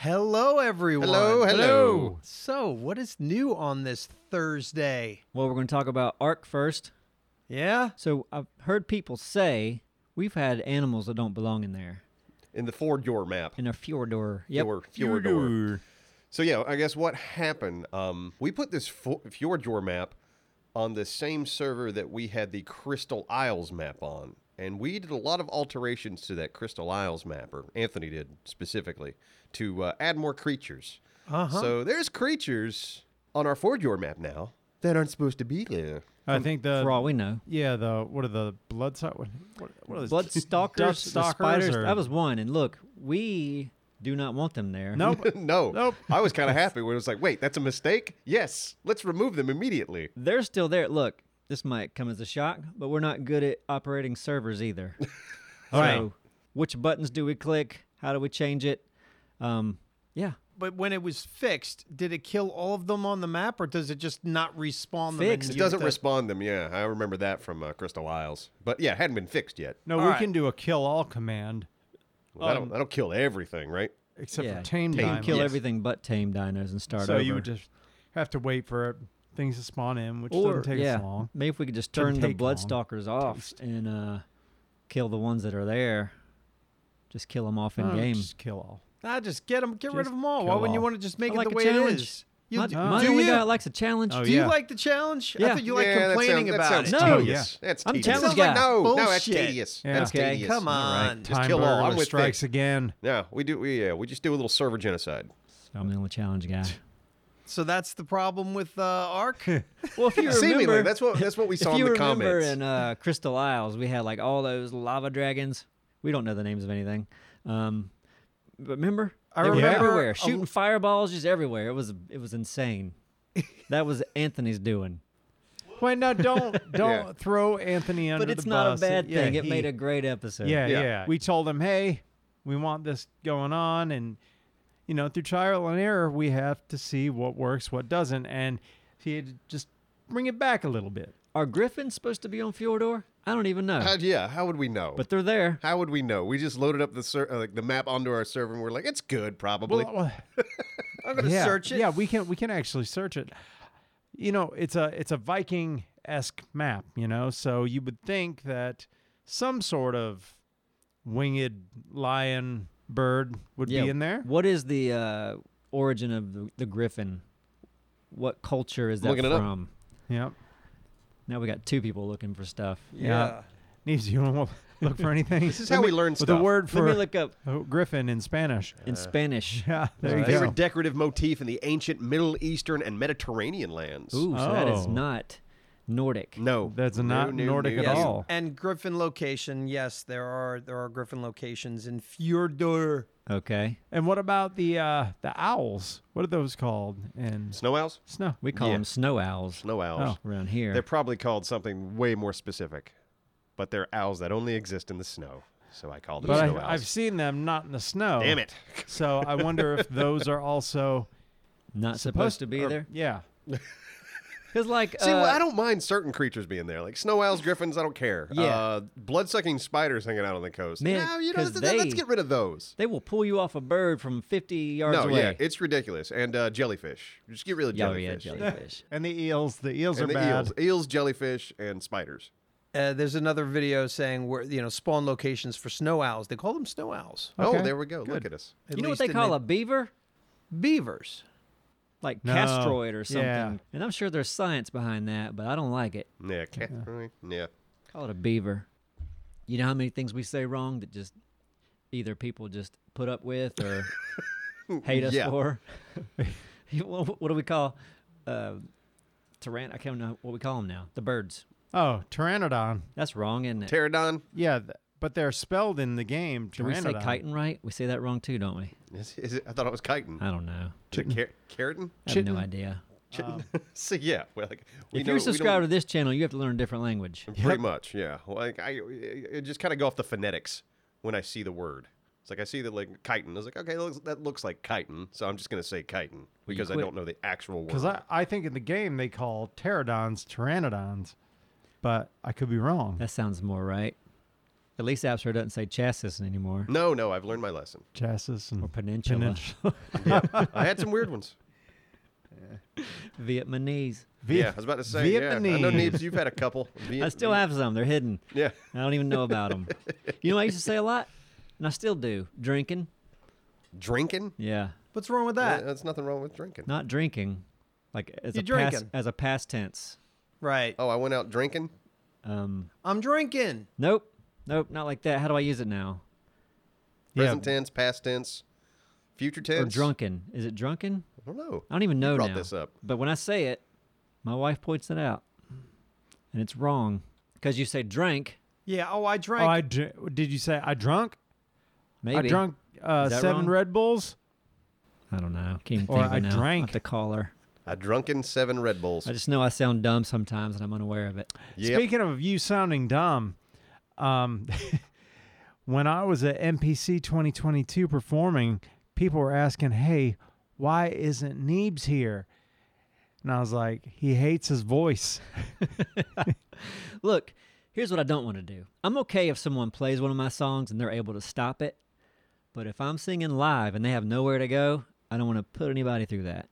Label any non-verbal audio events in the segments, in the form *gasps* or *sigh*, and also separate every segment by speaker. Speaker 1: Hello, everyone.
Speaker 2: Hello, hello.
Speaker 3: Hello.
Speaker 1: So, what is new on this Thursday?
Speaker 3: Well, we're going to talk about ARC first.
Speaker 1: Yeah?
Speaker 3: So I've heard people say we've had animals that don't belong in there
Speaker 2: In the Ford Door map.
Speaker 3: in a fjordor. Yep.
Speaker 2: Fjord- Fjordor. So yeah, I guess what happened? Um, we put this Fo- Fjordor map on the same server that we had the Crystal Isles map on, and we did a lot of alterations to that Crystal Isles map, or Anthony did specifically, to uh, add more creatures.
Speaker 1: Uh-huh.
Speaker 2: So there's creatures on our Fjordor map now that aren't supposed to be there. *laughs*
Speaker 4: I think the
Speaker 3: For all we know,
Speaker 4: yeah the what are the blood so- what, what what are those
Speaker 3: blood stalkers,
Speaker 4: *laughs* Dust
Speaker 3: the
Speaker 4: stalkers
Speaker 3: spiders.
Speaker 4: or-
Speaker 3: That was one. And look, we do not want them there.
Speaker 4: nope
Speaker 2: no,
Speaker 4: Nope.
Speaker 2: I was kind of happy when it was like, wait, that's a mistake. Yes, let's remove them immediately.
Speaker 3: They're still there. Look, this might come as a shock, but we're not good at operating servers
Speaker 2: *laughs*
Speaker 3: either.
Speaker 4: All right.
Speaker 3: So, which buttons do we click? How do we change it? Um, yeah.
Speaker 1: But when it was fixed, did it kill all of them on the map or does it just not respawn them? and
Speaker 3: Fixed?
Speaker 2: It
Speaker 1: you have
Speaker 2: doesn't
Speaker 1: to-
Speaker 2: respond them. Yeah, I remember that from uh, Crystal Isles, but yeah, it hadn't been fixed yet.
Speaker 4: no
Speaker 1: All
Speaker 4: we
Speaker 1: right.
Speaker 4: can do a kill all command
Speaker 2: Well, that'll,
Speaker 4: Um,
Speaker 2: that'll kill everything, right?
Speaker 4: except
Speaker 3: Yeah.
Speaker 4: for tame,
Speaker 3: You
Speaker 4: time
Speaker 3: can kill
Speaker 2: Yes.
Speaker 3: everything but tame dinos and start
Speaker 4: so
Speaker 3: over.
Speaker 4: you would just have to wait for things to spawn in which
Speaker 3: or
Speaker 4: doesn't take
Speaker 3: yeah,
Speaker 4: us long
Speaker 3: maybe if we could just
Speaker 4: Doesn't
Speaker 3: turn the
Speaker 4: take
Speaker 3: blood
Speaker 4: long.
Speaker 3: stalkers off and uh, kill the ones that are there. Just kill them off in
Speaker 4: No,
Speaker 3: game.
Speaker 4: Oh, just kill all
Speaker 1: Nah, just get them, get rid of
Speaker 3: Just
Speaker 1: them all. Why
Speaker 3: kill
Speaker 1: wouldn't you
Speaker 3: all.
Speaker 1: want to just make
Speaker 3: I
Speaker 1: it
Speaker 3: like
Speaker 1: the
Speaker 3: a
Speaker 1: way it
Speaker 3: challenge.
Speaker 1: is? You,
Speaker 3: my
Speaker 1: do
Speaker 3: my
Speaker 1: you?
Speaker 3: only guy that likes a challenge.
Speaker 4: Oh,
Speaker 1: do
Speaker 4: yeah.
Speaker 1: you like the challenge? I
Speaker 3: Yeah.
Speaker 1: thought you liked
Speaker 2: Yeah, that
Speaker 1: complaining
Speaker 2: sound-
Speaker 1: about
Speaker 2: that
Speaker 1: it.
Speaker 2: sounds
Speaker 3: No.
Speaker 2: Tedious. That's
Speaker 3: I'm
Speaker 2: tedious.
Speaker 3: telling
Speaker 2: That sounds
Speaker 3: guy.
Speaker 2: like, no, no, that's
Speaker 1: Bullshit.
Speaker 2: tedious.
Speaker 4: Yeah.
Speaker 2: That's
Speaker 3: Okay,
Speaker 2: tedious.
Speaker 1: Come on.
Speaker 2: Just
Speaker 4: time
Speaker 2: kill all.
Speaker 4: burglar
Speaker 2: I'm with
Speaker 4: strikes
Speaker 2: Vic.
Speaker 4: again
Speaker 2: Yeah, we do. We, yeah, we just do a little server genocide.
Speaker 3: I'm the only challenge
Speaker 4: *laughs*
Speaker 3: guy.
Speaker 1: So that's the problem with uh, Ark?
Speaker 3: Well, if you
Speaker 2: Seemingly,
Speaker 3: remember,
Speaker 2: that's what that's what we
Speaker 3: if
Speaker 2: saw in
Speaker 3: you
Speaker 2: the
Speaker 3: remember
Speaker 2: comments.
Speaker 3: in uh, Crystal Isles, we had like all those lava dragons. We don't know the names of anything. Um, but remember,
Speaker 1: I
Speaker 3: they were
Speaker 1: remember
Speaker 3: everywhere,
Speaker 1: a-
Speaker 3: shooting fireballs just everywhere. It was it was insane. that was Anthony's doing.
Speaker 4: wait no don't
Speaker 2: *laughs*
Speaker 4: don't
Speaker 2: Yeah.
Speaker 4: throw Anthony under
Speaker 3: But it's
Speaker 4: the
Speaker 3: not a
Speaker 4: bus.
Speaker 3: bad
Speaker 4: yeah,
Speaker 3: thing. it
Speaker 4: he-
Speaker 3: made a great episode.
Speaker 4: Yeah,
Speaker 2: Yeah.
Speaker 4: yeah, We told them, hey, we want this going on, and you know, through trial and error, we have to see what works, what doesn't, and he had to just bring it back a little bit.
Speaker 3: Are griffins supposed to be on Fjordor? I don't even know.
Speaker 2: How, yeah, how would we know?
Speaker 3: uh, but they're there.
Speaker 2: how would we know? We just loaded up the ser- uh, like the map onto our server, and we're like, it's good, probably. *laughs*
Speaker 1: I'm going to
Speaker 4: yeah,
Speaker 1: search it.
Speaker 4: Yeah, we can we can actually search it. You know, it's a it's a Viking esque map. You know, so you would think that some sort of winged lion bird would
Speaker 3: Yeah,
Speaker 4: be in there.
Speaker 3: What is the uh, origin of the, the griffin? What culture is that
Speaker 2: Looking it up.
Speaker 3: from?
Speaker 4: Yep.
Speaker 3: Now we got two people looking for stuff.
Speaker 4: Yeah. Neves, you want to *laughs*
Speaker 2: *laughs*
Speaker 4: look for anything?
Speaker 2: This is how we learn stuff.
Speaker 4: The word for
Speaker 3: Let me look up
Speaker 4: Oh, griffin in Spanish. *laughs*
Speaker 3: in
Speaker 1: Uh,
Speaker 3: Spanish.
Speaker 4: Yeah, there
Speaker 2: They
Speaker 4: you
Speaker 2: were
Speaker 4: go.
Speaker 2: decorative motif in the ancient Middle Eastern and Mediterranean lands.
Speaker 3: Ooh, so that is
Speaker 4: Oh.
Speaker 3: not Nordic.
Speaker 2: No,
Speaker 4: That's
Speaker 2: No,
Speaker 4: not
Speaker 2: no,
Speaker 4: Nordic
Speaker 2: no,
Speaker 4: at
Speaker 2: no.
Speaker 1: Yes,
Speaker 4: all.
Speaker 1: And Griffin location, yes, there are there are Griffin locations in Fjordur.
Speaker 3: Okay.
Speaker 4: And what about the uh, the owls? What are those called? And
Speaker 2: Snow owls.
Speaker 4: snow.
Speaker 3: We call
Speaker 2: Yeah.
Speaker 3: them snow owls
Speaker 2: Snow
Speaker 4: Oh,
Speaker 2: owls.
Speaker 3: around here.
Speaker 2: They're probably called something way more specific, but they're owls that only exist in the snow. So I call them
Speaker 4: But
Speaker 2: snow
Speaker 4: I,
Speaker 2: owls.
Speaker 4: I've seen them not in the snow.
Speaker 2: Damn it. *laughs*
Speaker 4: So I wonder if those are also
Speaker 3: not supposed to be
Speaker 4: or-
Speaker 3: there.
Speaker 4: Yeah.
Speaker 3: Because like,
Speaker 2: See, well,
Speaker 3: uh,
Speaker 2: I don't mind certain creatures being there, like snow owls, griffins. I don't care.
Speaker 3: Yeah.
Speaker 2: Uh, blood-sucking spiders hanging out on the coast.
Speaker 3: Man,
Speaker 2: no, you know,
Speaker 3: 'cause
Speaker 2: let's, let's
Speaker 3: they-
Speaker 2: get rid of those.
Speaker 3: they will pull you off a bird from 50 yards
Speaker 2: No,
Speaker 3: away.
Speaker 2: yeah, it's ridiculous. And uh, jellyfish. Just get rid of
Speaker 3: Yeah, yeah,
Speaker 2: jellyfish. *laughs*
Speaker 3: jellyfish.
Speaker 4: And the eels. The eels
Speaker 2: And
Speaker 4: are
Speaker 2: the
Speaker 4: bad.
Speaker 2: eels, eels, jellyfish, and spiders.
Speaker 1: Uh, there's another video saying where you know spawn locations for snow owls. They call them snow owls.
Speaker 2: Oh,
Speaker 4: Okay,
Speaker 2: there we go. Look
Speaker 4: good.
Speaker 2: at us.
Speaker 1: At
Speaker 3: you know what
Speaker 1: least
Speaker 3: they
Speaker 1: in
Speaker 3: call
Speaker 1: the-
Speaker 3: a beaver?
Speaker 1: beavers.
Speaker 3: Like
Speaker 4: No.
Speaker 3: castroid or something.
Speaker 4: Yeah.
Speaker 3: And I'm sure there's science behind that, but I don't like it.
Speaker 2: Yeah, cat. yeah.
Speaker 3: Call it a beaver. You know how many things we say wrong that just either people just put up with
Speaker 2: *laughs*
Speaker 3: or hate us
Speaker 2: Yeah.
Speaker 3: for? *laughs* what what do we call uh, tyrann? I can't know what we call them now. The birds.
Speaker 4: Oh, pteranodon.
Speaker 3: That's wrong, isn't it?
Speaker 2: Pterodon.
Speaker 4: Yeah, th- but they're spelled in the game.
Speaker 3: do we say
Speaker 4: Pteranodon.
Speaker 3: chitin right? We say that wrong too, don't we?
Speaker 2: Is, is it, I thought it was chitin.
Speaker 3: I don't know.
Speaker 2: Is it car- keratin?
Speaker 3: I have no idea.
Speaker 2: Chitin. *laughs* so yeah, well, like, we
Speaker 3: Oh. If
Speaker 2: know-
Speaker 3: you're
Speaker 2: we don't-
Speaker 3: subscribed to this channel, you have to learn a different language.
Speaker 2: Pretty much, yeah. Like I, I just kind of go off the phonetics when I see the word. It's like I see the like chitin. I was like, okay, that looks, that looks like chitin, so I'm just gonna say chitin because I
Speaker 3: quit-
Speaker 2: don't know the actual word.
Speaker 4: Because I, I think in the game they call pterodons pteranodons, but I could be wrong.
Speaker 3: That sounds more right. At least Absher doesn't say chassis anymore.
Speaker 2: No, no, I've learned my lesson.
Speaker 4: Chassis and
Speaker 3: Or peninsula.
Speaker 2: Yeah. I had some weird ones.
Speaker 3: *laughs* Vietnamese.
Speaker 2: Yeah, I was about to say. Yeah, I know
Speaker 4: Vietnamese.
Speaker 2: Neebs, you've had a couple.
Speaker 3: *laughs* I still have some. They're hidden.
Speaker 2: Yeah.
Speaker 3: I don't even know about them. you know what I used to say a lot? And I still do. Drinking. *laughs*
Speaker 2: Drinking?
Speaker 3: Yeah.
Speaker 1: What's wrong with
Speaker 2: Yeah, uh,
Speaker 1: that?
Speaker 2: That's nothing wrong with drinking.
Speaker 3: Not drinking. Like as
Speaker 1: You
Speaker 3: a past,
Speaker 1: drinking.
Speaker 3: as a past tense.
Speaker 1: Right.
Speaker 2: Oh, I went out drinking?
Speaker 3: Um,
Speaker 1: I'm drinking.
Speaker 3: nope. Nope, not like that. How do I use it now?
Speaker 2: Present tense, past tense, future tense.
Speaker 3: Or drunken. Is it drunken?
Speaker 2: I don't know.
Speaker 3: I don't even know
Speaker 4: Oh,
Speaker 2: brought
Speaker 3: now.
Speaker 2: this up.
Speaker 3: But when I say it, my wife points it out. And it's wrong. Because you say drank,
Speaker 1: Yeah. Oh, I drank.
Speaker 4: Oh, I dr- did you say I drunk?
Speaker 3: maybe.
Speaker 4: I drunk uh,
Speaker 3: Is that
Speaker 4: seven
Speaker 3: wrong?
Speaker 4: Red Bulls.
Speaker 3: I don't know. Can't even
Speaker 4: Or
Speaker 3: think of it
Speaker 4: I
Speaker 3: now. I'll have
Speaker 4: drank.
Speaker 3: to call her.
Speaker 2: I drunken seven Red Bulls.
Speaker 4: Uh,
Speaker 3: I just know I sound dumb sometimes and I'm unaware of it.
Speaker 2: Yep.
Speaker 4: Speaking of you sounding dumb, um, *laughs* when I was at MPC 2022 performing, people were asking, "Hey, why isn't Neebs here?" And I was like, "He hates his voice."
Speaker 3: Look, here's what I don't want to do. I'm okay if someone plays one of my songs and they're able to stop it. But if I'm singing live and they have nowhere to go, I don't want to put anybody through that.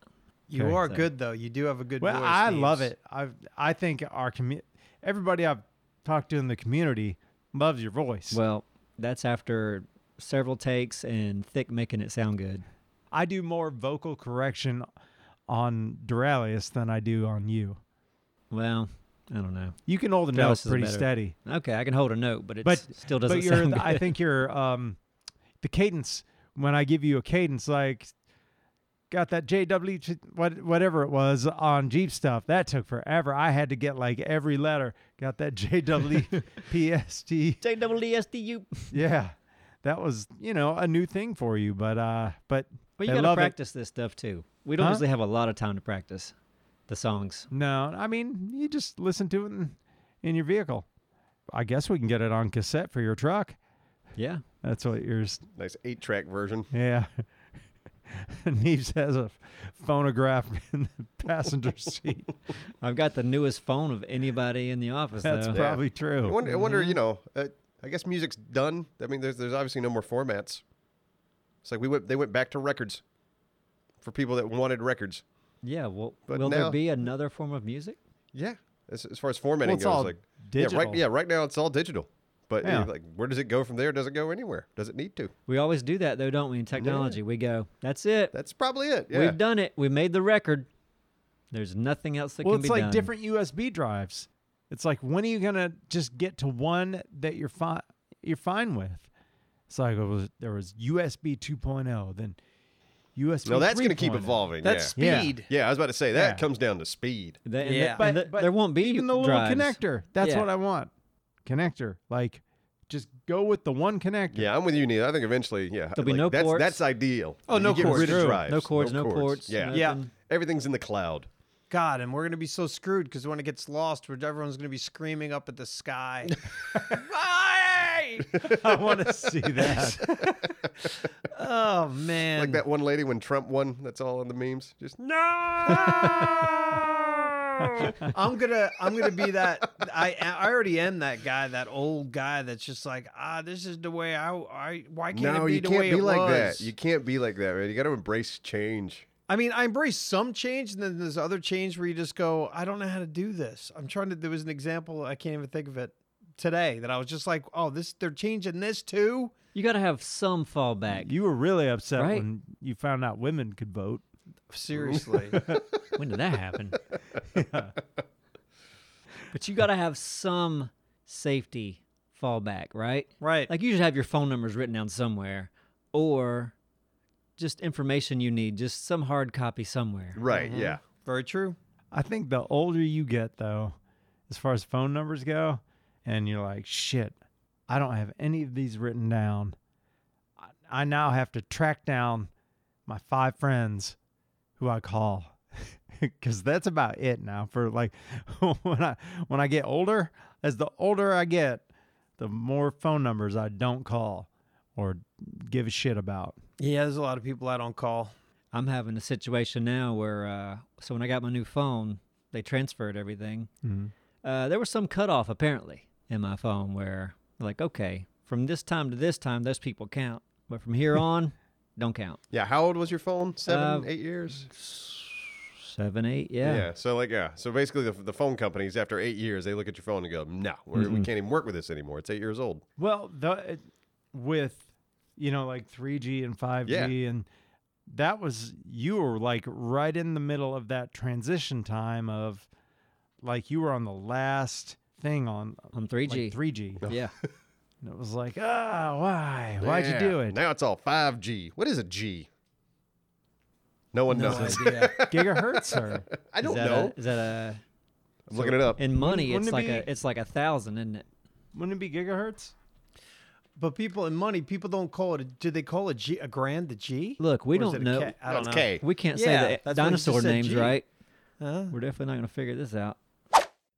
Speaker 1: you
Speaker 3: Okay,
Speaker 1: are
Speaker 3: so-
Speaker 1: good though. You do have a good
Speaker 4: Well,
Speaker 1: voice.
Speaker 4: I
Speaker 1: Neebs.
Speaker 4: love it. I I think our commu- everybody I've talked to in the community loves your voice.
Speaker 3: Well, that's after several takes and Thick making it sound good.
Speaker 4: I do more vocal correction on Duralius than I do on you.
Speaker 3: Well, I don't know.
Speaker 4: You can hold a
Speaker 3: Duralius
Speaker 4: note
Speaker 3: is
Speaker 4: pretty
Speaker 3: better.
Speaker 4: steady,
Speaker 3: Okay, I can hold a note, but it
Speaker 4: but
Speaker 3: still doesn't
Speaker 4: but you're,
Speaker 3: sound good.
Speaker 4: I
Speaker 3: *laughs*
Speaker 4: think your um, the cadence when I give you a cadence like got that JW ch- what whatever it was on Jeep stuff that took forever. I had to get like every letter. Got that *laughs* JWPST.
Speaker 3: JWSDU.
Speaker 4: yeah. That was, you know, a new thing for you, but uh but
Speaker 3: But you
Speaker 4: they
Speaker 3: got to
Speaker 4: love it.
Speaker 3: practice this stuff too. We don't
Speaker 4: Huh?
Speaker 3: usually have a lot of time to practice the songs.
Speaker 4: No, I mean, you just listen to it in, in your vehicle. I guess we can get it on cassette for your truck.
Speaker 3: Yeah.
Speaker 4: That's what yours.
Speaker 2: Nice eight track version.
Speaker 4: Yeah. *laughs* Neves has a phonograph *laughs* in the passenger seat.
Speaker 3: I've got the newest phone of anybody in the office,
Speaker 4: That's
Speaker 3: though.
Speaker 2: Yeah.
Speaker 4: probably
Speaker 2: I
Speaker 4: true.
Speaker 2: wonder, I wonder you know, uh, I guess music's done. I mean, there's, there's obviously no more formats. It's like we went, they went back to records for people that wanted records.
Speaker 3: yeah. Well,
Speaker 2: But
Speaker 3: will
Speaker 2: now-
Speaker 3: there be another form of music?
Speaker 2: Yeah. As, as far as formatting
Speaker 4: Well, it's
Speaker 2: goes,
Speaker 4: all
Speaker 2: like Yeah,
Speaker 4: digital.
Speaker 2: right, yeah, right now it's all digital. But
Speaker 4: Yeah.
Speaker 2: uh, like, where does it go from there? Does it go anywhere? Does it need to?
Speaker 3: We always do that, though, don't we? In technology, we go, that's it.
Speaker 2: That's probably it. Yeah.
Speaker 3: We've done it. We made the record. There's nothing else that
Speaker 4: Well,
Speaker 3: can
Speaker 4: it's
Speaker 3: be
Speaker 4: like
Speaker 3: done.
Speaker 4: different USB drives. It's like when are you gonna just get to one that you're fine you're fine with? It's like it was, there was USB 2.0, oh, then USB.
Speaker 2: no, that's going to keep
Speaker 4: 3.0.
Speaker 2: evolving.
Speaker 1: That's
Speaker 4: Yeah.
Speaker 1: speed.
Speaker 2: yeah. yeah, I was about to say that
Speaker 4: Yeah.
Speaker 2: comes down to speed.
Speaker 3: Th- and
Speaker 1: Yeah.
Speaker 3: th- and
Speaker 4: But-
Speaker 3: th-
Speaker 4: but
Speaker 3: there won't be
Speaker 4: even the little
Speaker 3: drives.
Speaker 4: connector. That's
Speaker 3: Yeah.
Speaker 4: what I want. Connector, like just go with the one connector.
Speaker 2: Yeah, I'm with you, Neil. I think eventually, yeah,
Speaker 3: There'll be
Speaker 2: like,
Speaker 3: no
Speaker 2: that's,
Speaker 3: ports.
Speaker 2: That's ideal.
Speaker 1: Oh, no
Speaker 2: You get
Speaker 1: cords.
Speaker 2: rid of
Speaker 1: True.
Speaker 2: drives.
Speaker 3: No cords, no ports,
Speaker 2: Yeah,
Speaker 3: no-
Speaker 1: Yeah.
Speaker 3: Nothing.
Speaker 2: everything's in the cloud.
Speaker 1: God, and we're gonna be so screwed because when it gets lost, we're- everyone's gonna be screaming up at the
Speaker 2: *laughs*
Speaker 1: sky. Hey!
Speaker 4: *laughs* I want to see that.
Speaker 1: oh man!
Speaker 2: Like that one lady when Trump won. That's all in the memes. Just
Speaker 1: No! *laughs* I'm gonna I'm gonna be that I I already am that guy, that old guy that's just like, ah, this is the way I I why can't
Speaker 2: no,
Speaker 1: it be
Speaker 2: you
Speaker 1: the
Speaker 2: can't
Speaker 1: way
Speaker 2: be
Speaker 1: it
Speaker 2: like
Speaker 1: was?
Speaker 2: that. You can't be like that, man. You got to embrace change.
Speaker 1: I mean, I embrace some change, and then there's other change where you just go, I don't know how to do this. I'm trying to. There was an example I can't even think of it today that I was just like, oh, this they're changing this too.
Speaker 3: You got to have some fallback.
Speaker 4: You were really upset
Speaker 3: Right.
Speaker 4: when you found out women could vote.
Speaker 3: *laughs*
Speaker 1: Seriously,
Speaker 3: when did that happen?
Speaker 4: *laughs*
Speaker 3: *laughs* But you got to have some safety fallback, right?
Speaker 1: right?
Speaker 3: Like you should have your phone numbers written down somewhere, or just information you need, just some hard copy somewhere.
Speaker 2: Right. Yeah.
Speaker 1: very true.
Speaker 4: I think the older you get, though, as far as phone numbers go, and you're like, shit, I don't have any of these written down. I, I now have to track down my five friends who I call. *laughs* Cause that's about it now for like *laughs* when I when I get older, as the older I get, the more phone numbers I don't call or give a shit about.
Speaker 1: Yeah, there's a lot of people out on call.
Speaker 3: I'm having a situation now where, uh, so when I got my new phone, they transferred
Speaker 1: Mm-hmm.
Speaker 3: everything. Uh, there was some cutoff apparently in my phone where, like, okay, from this time to this time, those people count. But
Speaker 1: *laughs*
Speaker 3: from here on, don't count.
Speaker 2: Yeah. How old was your phone? Seven,
Speaker 3: Uh,
Speaker 2: eight years.
Speaker 3: Seven, eight, yeah.
Speaker 2: So like, yeah. So basically, the, the phone companies after eight years, they look at your phone and go, "No, we're, we can't even work with this anymore. It's eight years old."
Speaker 4: Well, the it- with you know like 3G and 5G and that was you were like right in the middle of that transition time of like you were on the last thing on
Speaker 3: On 3G.
Speaker 4: like
Speaker 1: *laughs*
Speaker 4: 3G.
Speaker 3: yeah.
Speaker 4: And it was like, "Ah, why? Why'd you do
Speaker 2: Yeah, *laughs*
Speaker 4: it?"
Speaker 2: Now it's all five G. What is a G? No one
Speaker 4: No
Speaker 2: knows.
Speaker 4: idea. Gigahertz or
Speaker 2: *laughs* I don't
Speaker 3: is that
Speaker 2: know.
Speaker 3: A, is that a
Speaker 2: I'm looking it up.
Speaker 3: in money?
Speaker 4: wouldn't
Speaker 3: it's
Speaker 4: it
Speaker 3: like
Speaker 4: be-
Speaker 3: a it's like a thousand, isn't it?
Speaker 4: wouldn't it be gigahertz?
Speaker 1: But people in money, people don't call it. A, do they call a G a grand the G?
Speaker 3: Look, we
Speaker 1: Or is
Speaker 3: don't
Speaker 1: it a
Speaker 3: know.
Speaker 1: K? I
Speaker 2: No,
Speaker 1: don't
Speaker 2: it's
Speaker 1: know.
Speaker 2: K.
Speaker 3: We can't
Speaker 1: Yeah,
Speaker 3: say the
Speaker 1: that's what you just
Speaker 3: dinosaur
Speaker 1: said,
Speaker 3: names,
Speaker 1: G.
Speaker 3: right?
Speaker 1: Huh?
Speaker 3: We're definitely not going to figure this out.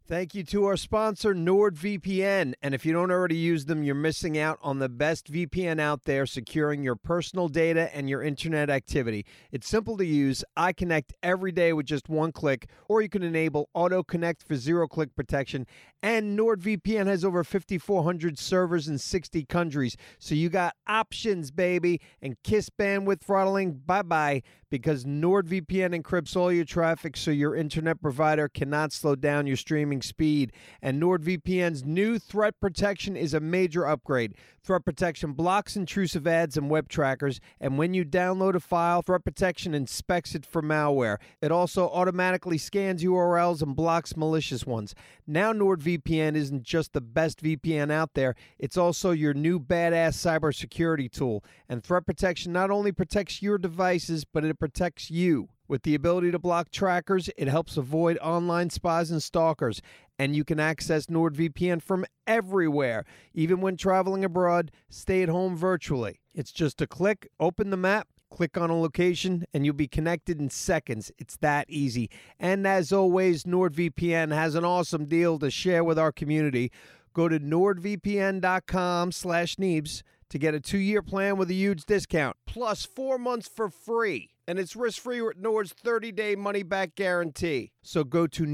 Speaker 1: Thank you to our sponsor, NordVPN. And if you don't already use them, you're missing out on the best VPN out there securing your personal data and your internet activity. It's simple to use. I connect every day with just one click, or you can enable auto connect for zero click protection. And NordVPN has over 5,400 servers in 60 countries. So you got options, baby. And kiss bandwidth throttling, bye bye, because NordVPN encrypts all your traffic so your internet provider cannot slow down your streaming speed. And NordVPN's new threat protection is a major upgrade. Threat protection blocks intrusive ads and web trackers. And when you download a file, threat protection inspects it for malware. It also automatically scans URLs and blocks malicious ones. Now, NordVPN isn't just the best VPN out there, it's also your new badass cybersecurity tool. And threat protection not only protects your devices, but it protects you. With the ability to block trackers, it helps avoid online spies and stalkers. And you can access NordVPN from everywhere, even when traveling abroad, stay at home virtually. It's just a click, open the map, click on a location, and you'll be connected in seconds. It's that easy. And as always, NordVPN has an awesome deal to share with our community. Go to nordvpn.com slash Neebs to get a two-year plan with a huge discount, plus four months for free. And it's risk-free with Nord's 30-day money-back guarantee. So go to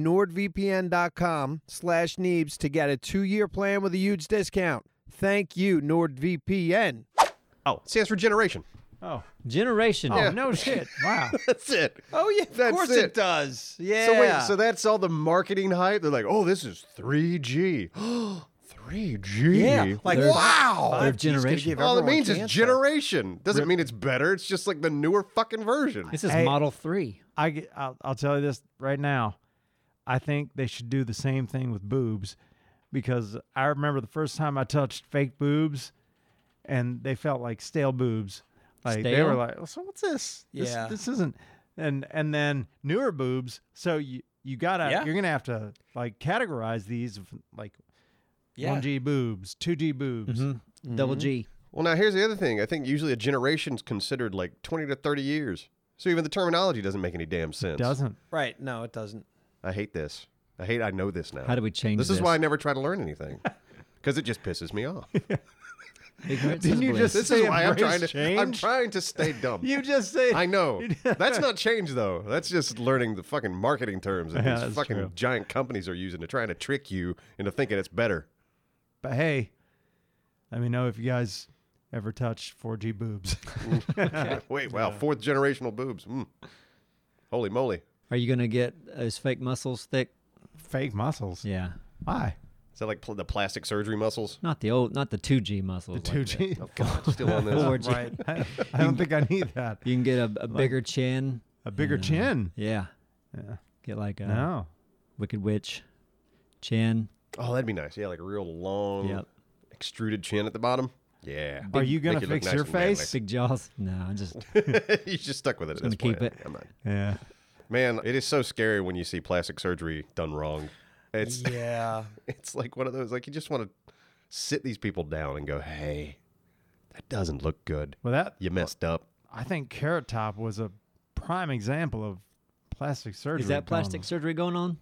Speaker 1: nordvpn.com slash Neebs to get a two-year plan with a huge discount. Thank you, NordVPN.
Speaker 2: Oh, it stands for generation.
Speaker 4: Oh.
Speaker 3: Generation.
Speaker 4: Oh,
Speaker 1: *laughs*
Speaker 4: no shit. Wow.
Speaker 2: *laughs* That's it.
Speaker 1: Oh, yeah, of
Speaker 2: That's
Speaker 1: course
Speaker 2: it.
Speaker 1: it. does. Yeah.
Speaker 2: So wait, so that's all the marketing hype. They're like, "Oh, this is *gasps* 3G." 3G.
Speaker 1: Yeah, like,
Speaker 2: wow.
Speaker 3: Third
Speaker 1: 5G 's gonna
Speaker 3: generation.
Speaker 1: give
Speaker 2: All it
Speaker 1: everyone
Speaker 2: means is
Speaker 1: cancer.
Speaker 2: generation. Doesn't mean it's better. It's just like the newer fucking version.
Speaker 3: This is
Speaker 4: Hey.
Speaker 3: Model Three.
Speaker 4: I get, I'll, I'll tell you this right now. I think they should do the same thing with boobs because I remember the first time I touched fake boobs and they felt like stale boobs. Like they were
Speaker 3: Stale?
Speaker 4: like, so what's this? This-
Speaker 1: Yeah.
Speaker 4: This, isn't. And and then newer boobs. So you you gotta
Speaker 1: Yeah.
Speaker 4: you're gonna have to like categorize these of, like one G boobs, two G boobs.
Speaker 1: Mm-hmm.
Speaker 3: Double G.
Speaker 2: Well, now here's the other thing. I think usually a generation's considered like 20 to 30 years. So even the terminology doesn't make any damn sense.
Speaker 4: Doesn't
Speaker 1: Right. No, it doesn't.
Speaker 2: I hate this. I hate I know this now.
Speaker 3: How do we change
Speaker 2: This
Speaker 3: this?
Speaker 2: is why I never try to learn anything. Because it just pisses me off.
Speaker 3: Ignorance
Speaker 4: Mm-hmm. Didn't
Speaker 3: is
Speaker 4: you
Speaker 3: bliss.
Speaker 4: just-
Speaker 2: This
Speaker 4: Say
Speaker 2: is why I'm
Speaker 4: embrace
Speaker 2: trying to I'm
Speaker 4: change?
Speaker 2: trying to
Speaker 4: *laughs*
Speaker 2: stay dumb.
Speaker 4: you just say
Speaker 2: I know.
Speaker 4: *laughs*
Speaker 2: That's not change though. That's just learning the fucking marketing terms that
Speaker 4: Yeah,
Speaker 2: these
Speaker 4: that's
Speaker 2: fucking
Speaker 4: true.
Speaker 2: giant companies are using to trying to trick you into thinking it's
Speaker 4: *laughs*
Speaker 2: better.
Speaker 4: But hey, let me know if you guys ever touched 4G boobs.
Speaker 2: *laughs*
Speaker 4: *laughs*
Speaker 2: Wait, wow, fourth generational boobs. Mm. Holy moly.
Speaker 3: Are you going to get those fake muscles thick?
Speaker 4: Fake muscles.
Speaker 3: Yeah.
Speaker 4: Why?
Speaker 2: Is that like pl- the plastic surgery muscles? Oh,
Speaker 3: Not the old, not the two G muscles. The
Speaker 4: 2G. *laughs*
Speaker 2: God, still on this.
Speaker 3: Four G.
Speaker 1: Right.
Speaker 4: I *laughs* I don't think I need that.
Speaker 3: You can get a, a bigger chin.
Speaker 4: A bigger chin.
Speaker 3: Yeah.
Speaker 4: Yeah.
Speaker 3: Get like a
Speaker 4: No.
Speaker 3: Wicked Witch chin.
Speaker 2: Oh, that'd be nice. Yeah, like a real long
Speaker 3: Yep.
Speaker 2: extruded chin at the bottom. Yeah.
Speaker 4: Are you gonna
Speaker 2: Make it look
Speaker 4: fix your
Speaker 2: and manly.
Speaker 4: face?
Speaker 3: Big jaws. No, I
Speaker 4: *laughs*
Speaker 3: just
Speaker 2: *laughs* you just stuck with it. At
Speaker 3: Just
Speaker 2: this
Speaker 3: gonna
Speaker 2: point.
Speaker 3: keep it.
Speaker 2: I'm not-
Speaker 4: Yeah.
Speaker 2: Man, it is so scary when you see plastic surgery done wrong. It's *laughs*
Speaker 1: Yeah.
Speaker 2: it's like one of those like you just want to sit these people down and go, "Hey, that doesn't look good.
Speaker 4: Well, that
Speaker 2: You messed up."
Speaker 4: I think Carrot Top was a prime example of plastic surgery.
Speaker 3: is that
Speaker 4: going
Speaker 3: plastic
Speaker 4: on.
Speaker 3: surgery going on?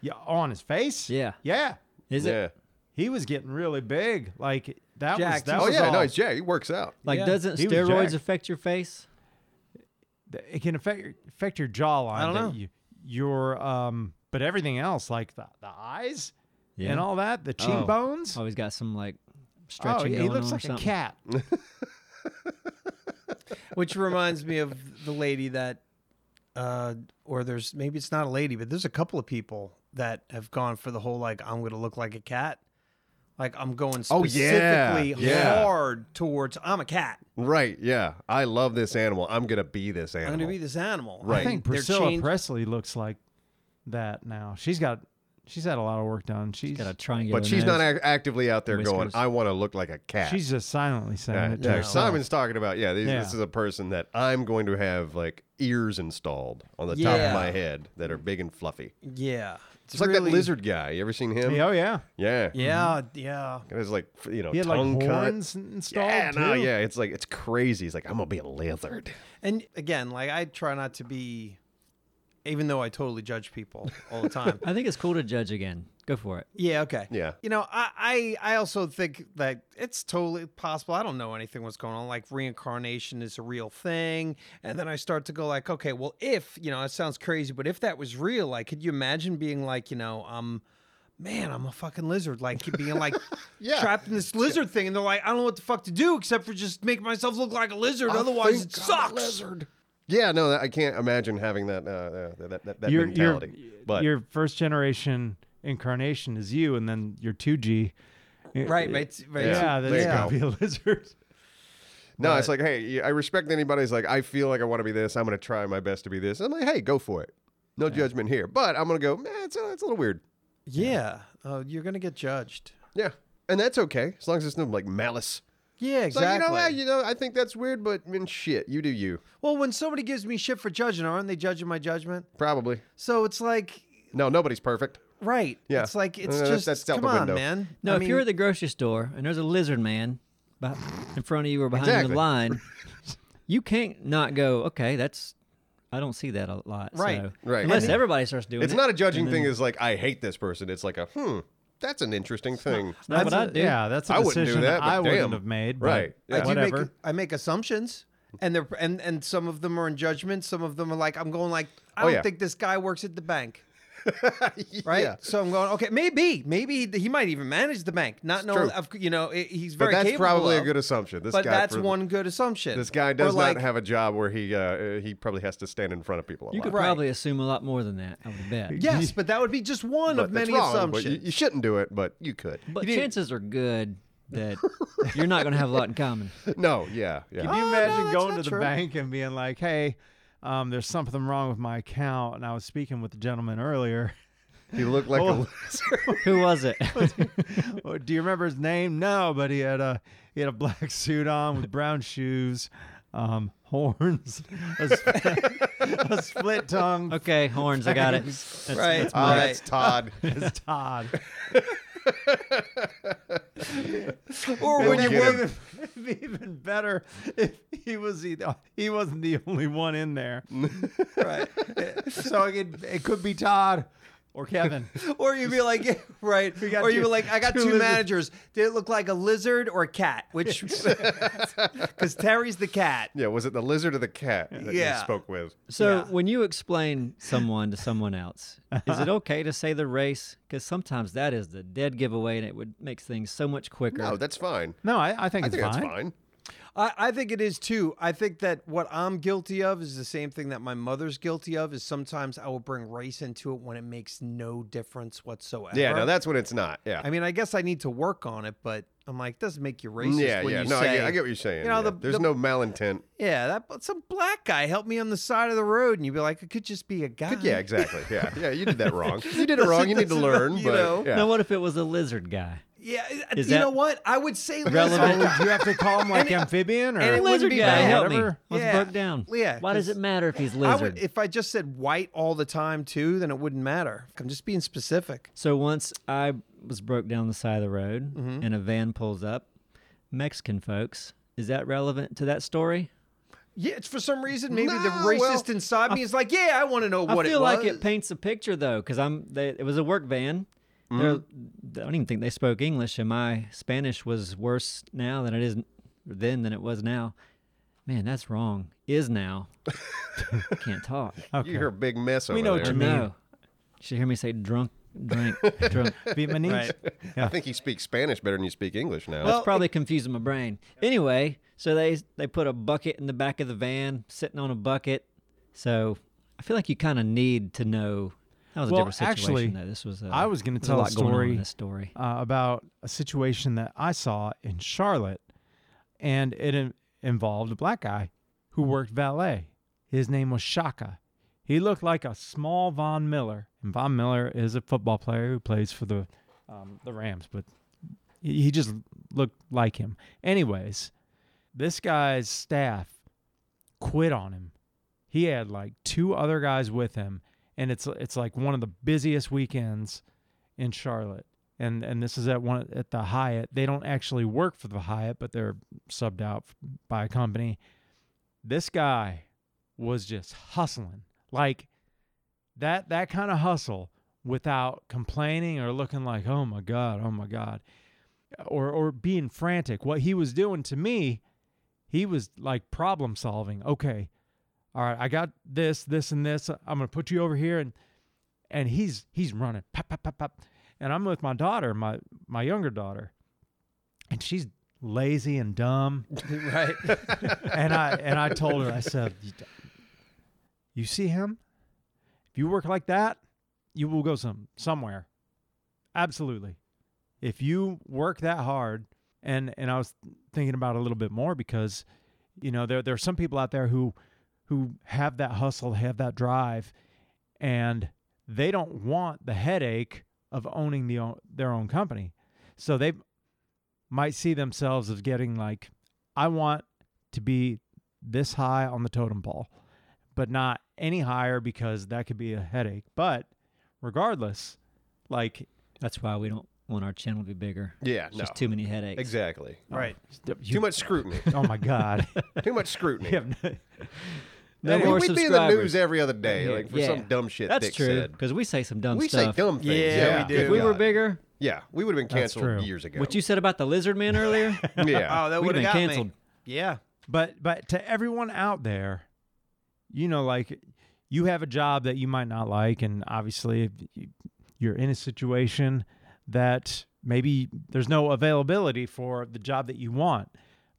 Speaker 4: Yeah, on his face.
Speaker 3: Yeah.
Speaker 4: Yeah.
Speaker 3: Is it
Speaker 2: yeah.
Speaker 4: He was getting really big. Like that was
Speaker 1: Jacked.
Speaker 4: that
Speaker 2: Oh
Speaker 4: was
Speaker 2: yeah,
Speaker 4: all-
Speaker 2: no, it's Jack. He works out.
Speaker 3: like
Speaker 1: Yeah.
Speaker 3: doesn't
Speaker 4: He was
Speaker 3: steroids
Speaker 4: jacked.
Speaker 3: affect your face?
Speaker 4: it can affect your, affect your jawline.
Speaker 1: I don't
Speaker 4: that
Speaker 1: know.
Speaker 4: You, your um, but everything else like the the eyes
Speaker 3: Yeah.
Speaker 4: and all that, the cheekbones.
Speaker 3: Always Oh, got some like stretching
Speaker 4: oh, yeah, he
Speaker 3: going
Speaker 4: looks
Speaker 3: on
Speaker 4: like
Speaker 3: or something.
Speaker 4: a cat.
Speaker 1: Which reminds me of the lady that, uh, or there's maybe it's not a lady, but there's a couple of people that have gone for the whole like I'm going to look like a cat, like I'm going
Speaker 2: Oh, yeah.
Speaker 1: specifically
Speaker 2: Yeah.
Speaker 1: hard towards I'm a cat.
Speaker 2: Right. Yeah. I love this animal. I'm gonna be this
Speaker 1: I'm
Speaker 2: animal.
Speaker 1: going to be this animal.
Speaker 2: Right.
Speaker 4: I think
Speaker 1: They're
Speaker 4: Priscilla
Speaker 1: changed-
Speaker 4: Presley looks like that now. She's got she's had a lot of work done. She's
Speaker 3: Got a triangular.
Speaker 2: but she's
Speaker 3: nose.
Speaker 2: not ac actively out there going.
Speaker 3: Whiskers.
Speaker 2: I want to look like a cat.
Speaker 4: she's just silently saying
Speaker 2: Yeah,
Speaker 4: it to
Speaker 2: yeah,
Speaker 4: herself.
Speaker 2: Simon's talking about yeah this,
Speaker 4: Yeah.
Speaker 2: this is a person that I'm going to have like ears installed on the top
Speaker 1: Yeah.
Speaker 2: of my head that are big and fluffy.
Speaker 1: Yeah.
Speaker 2: It's, like
Speaker 1: really-
Speaker 2: that lizard Mm-hmm. guy. You ever seen him?
Speaker 4: Yeah, oh yeah,
Speaker 2: Yeah.
Speaker 1: Yeah, yeah.
Speaker 2: Got his like f- you know
Speaker 4: he had like
Speaker 2: tongue cut.
Speaker 4: horns installed
Speaker 2: Yeah,
Speaker 4: too.
Speaker 2: no, yeah. It's like it's crazy. He's like I'm gonna be a lizard.
Speaker 1: And again, like I try not to be, even though I totally judge people all the time.
Speaker 3: I think it's cool to judge again. Go for it.
Speaker 1: yeah, okay.
Speaker 2: Yeah.
Speaker 1: You know, I, I I also think that it's totally possible. I don't know anything what's going on. Like reincarnation is a real thing, and then I start to go like, okay, well, if you know, it sounds crazy, but if that was real, like, could you imagine being like, you know, um. Man, I'm a fucking lizard. Like being like
Speaker 2: *laughs* Yeah.
Speaker 1: trapped in this lizard thing, and they're like, I don't know what the fuck to do except for just make myself look like a lizard.
Speaker 2: I
Speaker 1: Otherwise,
Speaker 2: think
Speaker 1: it
Speaker 2: I'm a
Speaker 1: sucks.
Speaker 2: lizard. Yeah, no, that, I can't imagine having that uh, uh, that that, that
Speaker 4: Your- your-
Speaker 2: mentality. but
Speaker 4: your first generation incarnation is you, and then your two G.
Speaker 1: Right, right, right.
Speaker 4: Yeah,
Speaker 2: there
Speaker 4: that's
Speaker 2: you
Speaker 4: gonna be a *laughs* lizard.
Speaker 2: no, it's like, hey, you- I respect anybody's like, I feel like I want to be this. I'm gonna try my best to be this. I'm like, hey, go for it. No judgment here. But I'm gonna go. Man, it's a, it's a little weird.
Speaker 1: Yeah. Oh, you're gonna get judged.
Speaker 2: Yeah, and that's okay as long as it's no like malice.
Speaker 1: Yeah,
Speaker 2: It's
Speaker 1: exactly.
Speaker 2: like you know, what, you know, I think that's weird, but I mean, shit, you do you.
Speaker 1: well, when somebody gives me shit for judging, aren't they judging my judgment?
Speaker 2: Probably.
Speaker 1: So it's like,
Speaker 2: No, nobody's perfect.
Speaker 1: right?
Speaker 2: Yeah.
Speaker 1: It's like it's
Speaker 2: Uh, that's-
Speaker 1: just
Speaker 2: that's out the
Speaker 1: come on,
Speaker 2: window.
Speaker 1: man.
Speaker 3: No,
Speaker 1: I
Speaker 3: if
Speaker 1: mean,
Speaker 3: you're at the grocery store and there's a lizard man beh- in front of you or behind you in
Speaker 2: Exactly.
Speaker 3: the line, you can't not go. Okay, that's I don't see that a lot.
Speaker 1: Right.
Speaker 3: so-
Speaker 2: Right.
Speaker 3: Unless
Speaker 2: And-
Speaker 3: everybody starts doing
Speaker 2: It's
Speaker 3: it.
Speaker 2: not a judging thing. Is like I hate this person. It's like a hmm. That's an interesting thing.
Speaker 3: It's not what
Speaker 4: That's
Speaker 3: I
Speaker 4: a-
Speaker 3: do.
Speaker 4: Yeah, that's a
Speaker 2: I wouldn't do
Speaker 4: decision
Speaker 2: that, but
Speaker 4: I
Speaker 2: damn.
Speaker 4: wouldn't have made. but
Speaker 2: Right. Yeah.
Speaker 1: I do
Speaker 4: Whatever.
Speaker 1: make I make assumptions, and they're and and some of them are in judgment. Some of them are like, I'm going like, I
Speaker 2: Oh,
Speaker 1: don't
Speaker 2: yeah.
Speaker 1: think this guy works at the
Speaker 2: *laughs*
Speaker 1: bank. Right,
Speaker 2: Yeah.
Speaker 1: so I'm going. Okay, maybe, maybe he, he might even manage the bank, not knowing.
Speaker 2: true.
Speaker 1: Of, you know, i- he's
Speaker 2: But
Speaker 1: very.
Speaker 2: that's
Speaker 1: capable
Speaker 2: probably a
Speaker 1: of,
Speaker 2: good assumption. This
Speaker 1: But
Speaker 2: guy
Speaker 1: that's
Speaker 2: for-
Speaker 1: one good assumption.
Speaker 2: This guy
Speaker 1: Or
Speaker 2: does
Speaker 1: like,
Speaker 2: not have a job where he uh, uh, he probably has to stand in front of people a
Speaker 3: You
Speaker 2: lot.
Speaker 3: could probably assume a lot more than that. I would bet.
Speaker 1: Yes, but that would be just one
Speaker 2: *laughs* But
Speaker 1: of
Speaker 2: that's
Speaker 1: many
Speaker 2: wrong, but you-
Speaker 1: assumptions.
Speaker 2: you, shouldn't do it, but you could.
Speaker 3: But chances are good that you're not going to have a lot in common.
Speaker 2: *laughs* No, yeah, yeah.
Speaker 4: Can you
Speaker 1: Oh, no,
Speaker 4: imagine
Speaker 1: that's
Speaker 4: going
Speaker 1: not
Speaker 4: to the
Speaker 1: true.
Speaker 4: bank and being like, "Hey, um, there's something wrong with my account," and I was speaking with the gentleman earlier. *laughs*
Speaker 2: He
Speaker 1: *laughs*
Speaker 2: looked like
Speaker 4: Oh.
Speaker 2: a
Speaker 3: Who was it?
Speaker 4: *laughs* Or, Do you remember his name? No, but he had a he had a black *laughs* suit on with brown shoes, um, *laughs* horns, a, split, a split
Speaker 3: *laughs*
Speaker 4: tongue.
Speaker 3: okay, horns. I got it. That's,
Speaker 1: Right.
Speaker 2: *laughs*
Speaker 3: that's
Speaker 2: oh,
Speaker 3: mine.
Speaker 1: *laughs*
Speaker 2: that's Todd. *laughs*
Speaker 4: It's Todd.
Speaker 2: *laughs*
Speaker 1: Or
Speaker 2: Well,
Speaker 1: when you
Speaker 2: you
Speaker 4: It'd be
Speaker 2: get
Speaker 1: work,
Speaker 4: even, it'd be even better if he was the, he wasn't the only one in
Speaker 2: *laughs*
Speaker 4: there.
Speaker 1: *laughs* right?
Speaker 4: So it could, it could be Todd or Kevin.
Speaker 1: Or you'd be like, *laughs* yeah, right?
Speaker 4: got
Speaker 1: Or you'd be
Speaker 4: two-
Speaker 1: like, I got
Speaker 4: two
Speaker 1: two
Speaker 4: lizards.
Speaker 1: managers. Did it look like a lizard or a cat? Which, *laughs* because Terry's the cat.
Speaker 2: Yeah, was it the lizard or the cat that you
Speaker 1: Yeah.
Speaker 2: spoke with?
Speaker 3: So
Speaker 1: Yeah.
Speaker 3: when you explain someone to someone else,
Speaker 1: *laughs*
Speaker 3: is it okay to say the race? Because sometimes that is the dead giveaway, and it would makes things so much quicker.
Speaker 2: No, that's fine.
Speaker 4: No, I, I think
Speaker 2: I
Speaker 4: it's
Speaker 2: think that's
Speaker 4: fine.
Speaker 2: fine.
Speaker 1: I, I think it is too. I think that what I'm guilty of is the same thing that my mother's guilty of. Is sometimes I will bring race into it when it makes no difference whatsoever.
Speaker 2: Yeah, no, that's when it's not. Yeah,
Speaker 1: I mean, I guess I need to work on it, but I'm like, doesn't make you racist.
Speaker 2: yeah,
Speaker 1: when
Speaker 2: yeah.
Speaker 1: You
Speaker 2: No, I
Speaker 1: say,
Speaker 2: get, I get what you're saying.
Speaker 1: You know,
Speaker 2: yeah.
Speaker 1: the-
Speaker 2: There's
Speaker 1: the-
Speaker 2: no malintent.
Speaker 1: Yeah, that but some black guy helped me on the side of the road, and you'd be like, it could just be a guy. *laughs*
Speaker 2: Yeah, exactly. Yeah, yeah. You did that wrong. You did it wrong. You need to
Speaker 1: that's-
Speaker 2: learn.
Speaker 1: you
Speaker 2: But
Speaker 1: know.
Speaker 2: yeah.
Speaker 3: Now, what if it was a lizard guy?
Speaker 1: yeah. uh,
Speaker 3: Is
Speaker 1: you
Speaker 3: that
Speaker 1: know what? I would say
Speaker 2: *laughs*
Speaker 3: relevant?
Speaker 1: lizard.
Speaker 4: So do you have to call him like amphibian or
Speaker 1: and it wouldn't
Speaker 3: Lizard
Speaker 1: be
Speaker 3: guy,
Speaker 1: bad.
Speaker 3: help me.
Speaker 4: Whatever.
Speaker 3: Let's
Speaker 1: Yeah.
Speaker 3: break down.
Speaker 1: Yeah,
Speaker 3: Why does
Speaker 1: 'cause
Speaker 3: it matter if he's
Speaker 1: I
Speaker 3: lizard?
Speaker 1: would, if I just said white all the time too, then it wouldn't matter. I'm just being specific.
Speaker 3: so once I was broke down the side of the road,
Speaker 1: Mm-hmm.
Speaker 3: and a van pulls up, Mexican folks. Is that relevant to that story?
Speaker 1: Yeah, it's for some reason maybe the
Speaker 2: No,
Speaker 1: racist
Speaker 2: well,
Speaker 1: inside me is like, yeah, I want to know what
Speaker 3: I feel
Speaker 1: it was.
Speaker 3: like it paints a picture though, because I'm. They, it was a work van.
Speaker 4: Mm-hmm.
Speaker 3: They're- I don't even think they spoke English, and my Spanish was worse now than it is then than it was now. Man, that's wrong. Is
Speaker 4: *laughs*
Speaker 3: now. Can't talk.
Speaker 2: you hear a big mess over
Speaker 4: know what
Speaker 2: there.
Speaker 4: you
Speaker 3: I
Speaker 4: mean.
Speaker 3: know. You should hear me say drunk drink,
Speaker 4: *laughs*
Speaker 3: drunk.
Speaker 4: Vietnamese.
Speaker 3: Right.
Speaker 4: Yeah.
Speaker 2: I think he speaks Spanish better than you speak English now. *laughs*
Speaker 3: *laughs* That's probably confusing my brain. Anyway, so they they put a bucket in the back of the van, sitting on a bucket. So I feel like you kind of need to know. That was a
Speaker 4: Well,
Speaker 3: different situation.
Speaker 4: actually,
Speaker 3: though. this was. uh,
Speaker 4: I was gonna
Speaker 3: there's
Speaker 4: tell a
Speaker 3: lot going on in
Speaker 4: story.
Speaker 3: this story.
Speaker 4: uh, about a situation that I saw in Charlotte, and it in- involved a black guy who worked valet. His name was Shaka. He looked like a small Von Miller, and Von Miller is a football player who plays for the um, the Rams, but he he just looked like him. Anyways, this guy's staff quit on him. He had like two other guys with him, and it's it's like one of the busiest weekends in Charlotte. And and this is at one at the Hyatt. They don't actually work for the Hyatt, but they're subbed out by a company. This guy was just hustling. Like that that kind of hustle without complaining or looking like, "Oh my god, oh my god." Or or being frantic. What he was doing to me, he was like problem solving. Okay. All right, I got this, this and this. I'm going to put you over here and and he's he's running pop pop pop pop and i'm with my daughter my my younger daughter and she's lazy and dumb
Speaker 1: right.
Speaker 4: and i and i told her i said "You d- you see him if you work like that you will go some somewhere absolutely if you work that hard and and i was thinking about it a little bit more because you know there there are some people out there who who have that hustle have that drive and they don't want the headache of owning the o- their own company. So they might see themselves as getting like, I want to be this high on the totem pole, but not any higher because that could be a headache. But regardless, like
Speaker 3: That's why we don't want our channel to be bigger.
Speaker 2: yeah,
Speaker 3: It's
Speaker 2: no.
Speaker 3: just too many headaches.
Speaker 2: Exactly.
Speaker 4: right,
Speaker 2: Too much scrutiny.
Speaker 4: *laughs* Oh my god,
Speaker 2: Too much scrutiny.
Speaker 4: You have no-
Speaker 3: No
Speaker 2: Anyway,
Speaker 3: more
Speaker 2: we'd be in the
Speaker 3: subscribers.
Speaker 2: news every other day, like for
Speaker 3: Yeah.
Speaker 2: some dumb shit
Speaker 3: That's
Speaker 2: Dick
Speaker 3: true
Speaker 2: said.
Speaker 3: because we say some dumb
Speaker 2: We say
Speaker 3: stuff.
Speaker 2: dumb things.
Speaker 1: Yeah, we do.
Speaker 3: If we
Speaker 2: good
Speaker 3: were
Speaker 2: God.
Speaker 3: bigger,
Speaker 2: yeah, we would have been
Speaker 4: That's
Speaker 2: canceled
Speaker 4: true.
Speaker 2: years ago.
Speaker 3: what you said about the lizard man earlier,
Speaker 2: *laughs*
Speaker 1: *laughs*
Speaker 2: yeah,
Speaker 1: Oh, that
Speaker 3: We'd
Speaker 1: would have
Speaker 3: been
Speaker 1: got
Speaker 3: canceled.
Speaker 1: me. Yeah.
Speaker 4: But but to everyone out there, you know, like you have a job that you might not like, and obviously if you- you're in a situation that maybe there's no availability for the job that you want.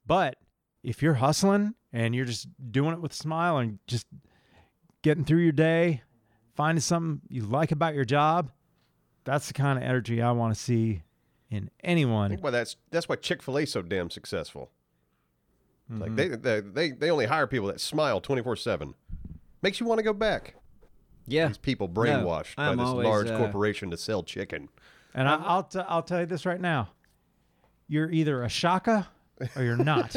Speaker 4: But if you're hustling and you're just doing it with a smile and just getting through your day, finding something you like about your job, that's the kind of energy I want to see in anyone.
Speaker 2: well, that's that's why Chick Fil A's so damn successful. Like they, they they they only hire people that smile twenty four seven. Makes you want to go back.
Speaker 3: yeah,
Speaker 2: These people brainwashed by
Speaker 3: I'm
Speaker 2: this
Speaker 3: always,
Speaker 2: large
Speaker 3: uh,
Speaker 2: corporation to sell chicken.
Speaker 4: And I, I'll t- I'll tell you this right now: you're either a shaka or
Speaker 2: *laughs*
Speaker 4: you're not.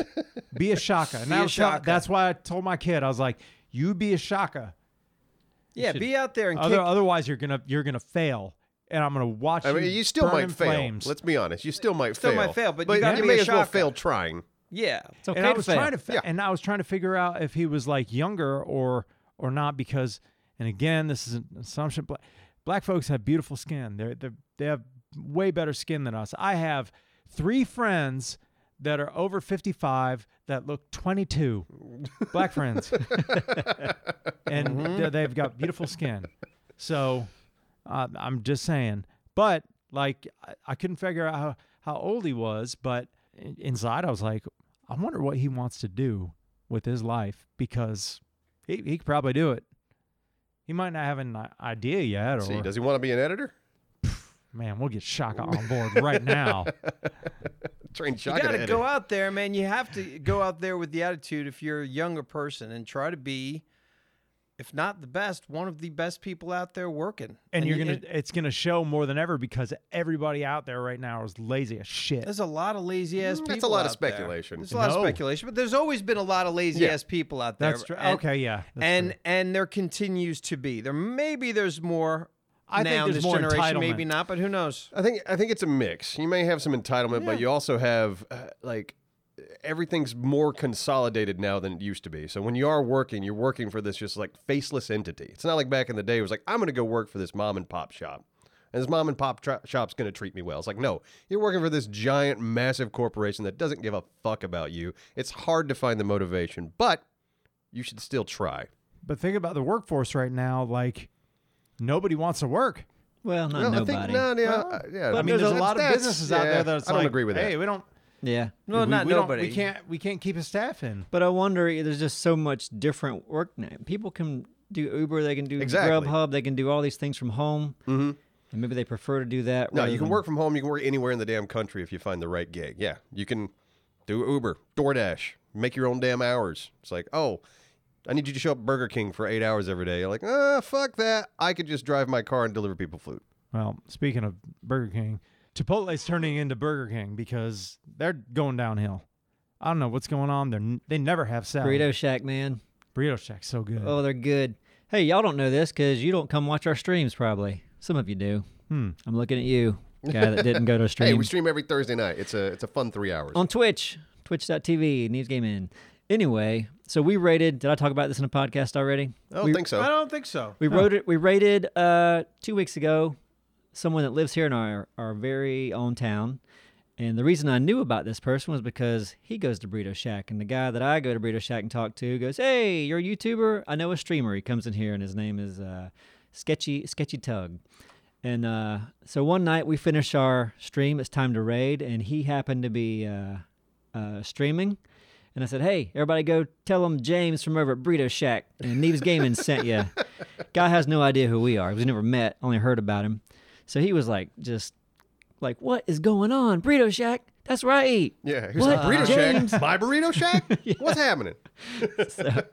Speaker 4: be a shaka. And
Speaker 1: Be
Speaker 4: I
Speaker 1: a
Speaker 4: was tell-
Speaker 1: shaka.
Speaker 4: that's why I told my kid I was like, "You be a shaka.
Speaker 1: Yeah,
Speaker 4: should-
Speaker 1: be out there and
Speaker 4: Other,
Speaker 1: kick.
Speaker 4: otherwise, you're gonna you're gonna fail, and I'm gonna watch.
Speaker 2: I mean, you still
Speaker 4: burn in
Speaker 2: might fail.
Speaker 4: Flames.
Speaker 2: Let's be honest. You still might
Speaker 1: Still
Speaker 2: fail.
Speaker 1: might fail, but you gotta be
Speaker 2: may
Speaker 1: a
Speaker 2: as well
Speaker 1: shocker.
Speaker 2: fail trying.
Speaker 1: Yeah.
Speaker 3: it's okay
Speaker 4: and I
Speaker 3: to
Speaker 4: was
Speaker 3: fail.
Speaker 4: trying to, fa-
Speaker 2: Yeah.
Speaker 4: and I was trying to figure out if he was like younger or or not because, and again, this is an assumption. Black, black folks have beautiful skin. They they they have way better skin than us. I have three friends that are over fifty five that look twenty two. Black friends, *laughs* and they- they've got beautiful skin. So, uh, I'm just saying. But like, I, I couldn't figure out how, how old he was, but in- inside I was like, I wonder what he wants to do with his life because he, he could probably do it. He might not have an i- idea yet, or
Speaker 2: See, does he want to be an editor?
Speaker 4: man, we'll
Speaker 1: *laughs*
Speaker 4: get Shaka on board right now.
Speaker 2: Train
Speaker 1: You
Speaker 2: shotgun
Speaker 1: got to
Speaker 2: edit.
Speaker 1: go out there, man. You have to go out there with the attitude if you're a younger person and try to be, if not the best, one of the best people out there working.
Speaker 4: And you're
Speaker 1: you-
Speaker 4: gonna, it's gonna show more than ever because everybody out there right now is lazy as shit.
Speaker 1: There's a lot of lazy ass
Speaker 2: Mm,
Speaker 1: people.
Speaker 2: that's a lot of
Speaker 1: out there.
Speaker 2: speculation.
Speaker 1: There's a lot
Speaker 4: No.
Speaker 1: of speculation, but there's always been a lot of lazy ass people out there.
Speaker 4: That's true.
Speaker 1: and-
Speaker 4: Okay, yeah, that's
Speaker 1: and
Speaker 4: true.
Speaker 1: and there continues to be. There maybe there's more.
Speaker 4: I think
Speaker 1: now in this
Speaker 4: there's more
Speaker 1: generation, maybe
Speaker 4: entitlement.
Speaker 1: not, but who knows?
Speaker 2: I think I think it's a mix. You may have some entitlement, but you also have uh, like everything's more consolidated now than it used to be. So when you are working, you're working for this just like faceless entity. It's not like back in the day it was like I'm going to go work for this mom and pop shop. And this mom and pop tra- shop's going to treat me well. It's like, no, you're working for this giant, massive corporation that doesn't give a fuck about you. It's hard to find the motivation, but you should still try.
Speaker 4: but think about the workforce right now. Like nobody wants to work.
Speaker 3: Well, not
Speaker 2: No,
Speaker 3: nobody.
Speaker 2: I think no, yeah,
Speaker 4: Well,
Speaker 2: uh, yeah.
Speaker 4: but
Speaker 2: I mean,
Speaker 4: there's, a
Speaker 2: that's-
Speaker 4: lot of
Speaker 2: that's-
Speaker 4: businesses out
Speaker 2: yeah,
Speaker 4: there that's
Speaker 2: I don't
Speaker 4: like,
Speaker 2: agree with
Speaker 4: hey,
Speaker 2: that.
Speaker 4: we don't.
Speaker 3: Yeah.
Speaker 1: No,
Speaker 4: we,
Speaker 1: not
Speaker 4: we don't-
Speaker 1: nobody.
Speaker 4: we can't. We can't keep a staff in.
Speaker 3: But I wonder, eh, there's just so much different work now. People can do Uber, they can do
Speaker 2: Exactly.
Speaker 3: Grubhub, they can do all these things from home. Mm-hmm. And maybe they prefer to do that.
Speaker 2: No,
Speaker 3: rather
Speaker 2: you can
Speaker 3: than-
Speaker 2: work from home. You can work anywhere in the damn country if you find the right gig. Yeah, you can do Uber, DoorDash, make your own damn hours. It's like, oh, I need you to show up at Burger King for eight hours every day. You're like, ah, fuck that. I could just drive my car and deliver people food.
Speaker 4: Well, speaking of Burger King, Chipotle's turning into Burger King because they're going downhill. I don't know what's going on. They are they never have salad.
Speaker 3: Burrito Shack, man.
Speaker 4: Burrito Shack's so good.
Speaker 3: Oh, they're good. Hey, y'all don't know this because you don't come watch our streams, probably. Some of you do.
Speaker 4: Hmm.
Speaker 3: I'm looking at you, guy that
Speaker 2: *laughs*
Speaker 3: didn't go to streams.
Speaker 2: Hey, we stream every Thursday night. It's a it's a fun three hours.
Speaker 3: on Twitch, twitch.tv, News Game In. Anyway, so we rated. Did I talk about this in a podcast already?
Speaker 2: I don't
Speaker 3: we,
Speaker 2: think so.
Speaker 4: don't think so.
Speaker 3: We wrote it. We rated uh, two weeks ago. Someone that lives here in our our very own town, and the reason I knew about this person was because he goes to Burrito Shack, and the guy that I go to Burrito Shack and talk to goes, "Hey, you're a YouTuber. I know a streamer. He comes in here, and his name is uh, Sketchy Sketchy Tug." And uh, so one night we finish our stream. It's time to raid, and he happened to be uh, uh, streaming. And I said, "Hey, everybody, go tell them James from over at Burrito Shack and Neves Gaming sent you." Guy has no idea who we are. We've never met. Only heard about him. So he was like, just like, what is going on? Burrito Shack. That's where I eat.
Speaker 2: yeah, here's
Speaker 3: What?
Speaker 2: my burrito
Speaker 3: James.
Speaker 2: shack. My burrito
Speaker 3: *laughs*
Speaker 2: shack. What's happening?
Speaker 3: so,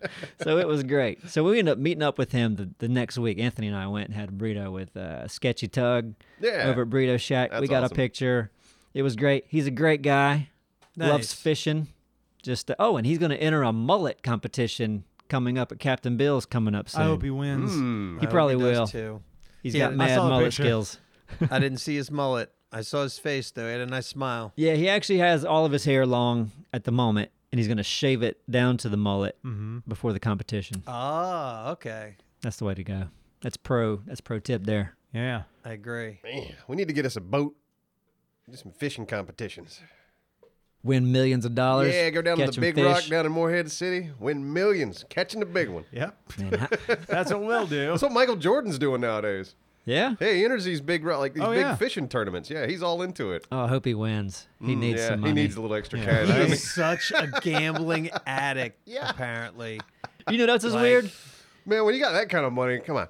Speaker 3: so it was great. So we ended up meeting up with him the, the next week. Anthony and I went and had a burrito with uh, Sketchy Tug
Speaker 2: Yeah.
Speaker 3: over at Burrito Shack. we
Speaker 2: That's
Speaker 3: got
Speaker 2: awesome.
Speaker 3: a picture. It was great. He's a great guy. Loves
Speaker 4: Nice.
Speaker 3: fishing. Just oh, and he's going to enter a mullet competition coming up at Captain Bill's coming up soon.
Speaker 4: I hope he wins.
Speaker 2: Hmm.
Speaker 3: He probably will.
Speaker 1: does
Speaker 2: *laughs*
Speaker 1: too.
Speaker 3: He's
Speaker 1: Yeah,
Speaker 3: got
Speaker 1: I
Speaker 3: mad
Speaker 4: saw the
Speaker 3: mullet
Speaker 4: picture.
Speaker 3: skills.
Speaker 1: I didn't see his mullet. I saw his face though. He had a nice smile.
Speaker 3: Yeah, he actually has all of his hair long at the moment, and he's going to shave it down to the mullet
Speaker 4: Mm-hmm.
Speaker 3: before the competition.
Speaker 1: Ah, okay.
Speaker 3: That's the way to go. That's pro. That's pro tip there.
Speaker 4: Yeah.
Speaker 1: I agree.
Speaker 2: Man, we need to get us a boat. Do some fishing competitions.
Speaker 3: Win millions of dollars.
Speaker 2: Yeah, go down to
Speaker 3: catch
Speaker 2: the
Speaker 3: 'em
Speaker 2: big
Speaker 3: fish.
Speaker 2: rock down in Moorhead City, win millions, catching the big one.
Speaker 4: Yep.
Speaker 3: Man,
Speaker 2: *laughs*
Speaker 3: how-
Speaker 4: That's what we'll do. *laughs*
Speaker 2: That's what Michael Jordan's doing nowadays.
Speaker 3: yeah.
Speaker 2: Hey, he enters these big ro- like these
Speaker 4: Oh,
Speaker 2: big
Speaker 4: yeah.
Speaker 2: fishing tournaments. Yeah, he's all into it.
Speaker 3: Oh, I hope he wins. He
Speaker 2: Mm,
Speaker 3: needs
Speaker 2: yeah,
Speaker 3: some money.
Speaker 2: He needs a little extra
Speaker 1: He
Speaker 2: cash. I mean,
Speaker 1: is such a
Speaker 2: *laughs*
Speaker 1: gambling addict, apparently.
Speaker 3: you know that's just
Speaker 1: Like-
Speaker 3: weird.
Speaker 2: man, when you got that kind of money, come on.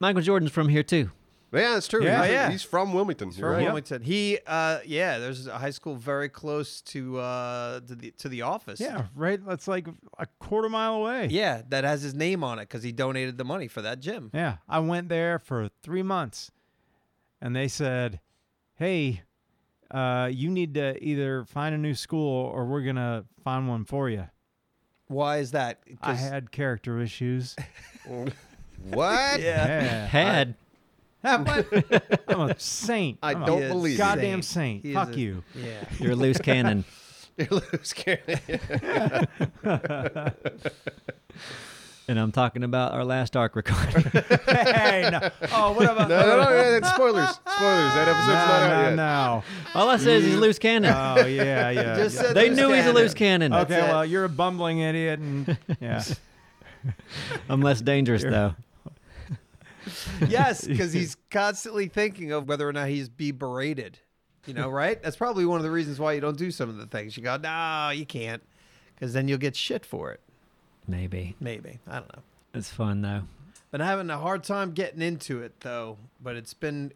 Speaker 3: Michael Jordan's from here too.
Speaker 2: Yeah, that's true.
Speaker 4: Yeah.
Speaker 2: he's,
Speaker 4: Oh, yeah.
Speaker 2: he's from Wilmington. You're
Speaker 1: From
Speaker 2: right.
Speaker 1: Wilmington. He, uh, yeah, there's a high school very close to uh, to, the, to the office.
Speaker 4: Yeah. Right. That's like a quarter mile away.
Speaker 1: Yeah, that has his name on it because he donated the money for that gym.
Speaker 4: Yeah. I went there for three months and they said, hey, uh, you need to either find a new school or we're going to find one for you.
Speaker 1: Why is that?
Speaker 4: I
Speaker 1: 'Cause-
Speaker 4: had character issues.
Speaker 2: *laughs* What?
Speaker 4: Yeah.
Speaker 3: Had
Speaker 4: I'm a saint.
Speaker 2: I
Speaker 4: I'm a
Speaker 2: don't
Speaker 1: is
Speaker 2: believe it.
Speaker 1: God-
Speaker 4: goddamn saint.
Speaker 1: He is
Speaker 4: Fuck
Speaker 1: a-
Speaker 4: you. *laughs*
Speaker 1: Yeah.
Speaker 3: you're
Speaker 2: *laughs*
Speaker 3: a loose cannon.
Speaker 2: *laughs* You're a little scared.
Speaker 3: And I'm talking about our last arc recording.
Speaker 4: hey, no. Oh, what
Speaker 2: *laughs*
Speaker 4: about
Speaker 2: no, no, no, yeah, that's spoilers. Spoilers. That episode's not out
Speaker 4: no,
Speaker 2: yet.
Speaker 4: no.
Speaker 3: *laughs* All I say is he's
Speaker 2: *laughs*
Speaker 3: a
Speaker 2: Uh,
Speaker 3: loose *laughs* cannon.
Speaker 4: Oh, yeah, yeah.
Speaker 1: Just
Speaker 4: yeah.
Speaker 1: said
Speaker 3: they
Speaker 1: loose
Speaker 3: knew he's a
Speaker 1: cannon.
Speaker 3: loose cannon.
Speaker 4: Okay,
Speaker 1: it.
Speaker 4: well, you're a bumbling idiot, and yeah,
Speaker 3: I'm less dangerous though.
Speaker 1: Yes, because
Speaker 4: *laughs*
Speaker 1: he's constantly thinking of whether or not he's be berated. You know, right? That's probably one of the reasons why you don't do some of the things. You go, no, you can't, because then you'll get shit for it.
Speaker 3: Maybe
Speaker 1: Maybe I don't know.
Speaker 3: it's fun though.
Speaker 1: Been having a hard time getting into it though, but it's been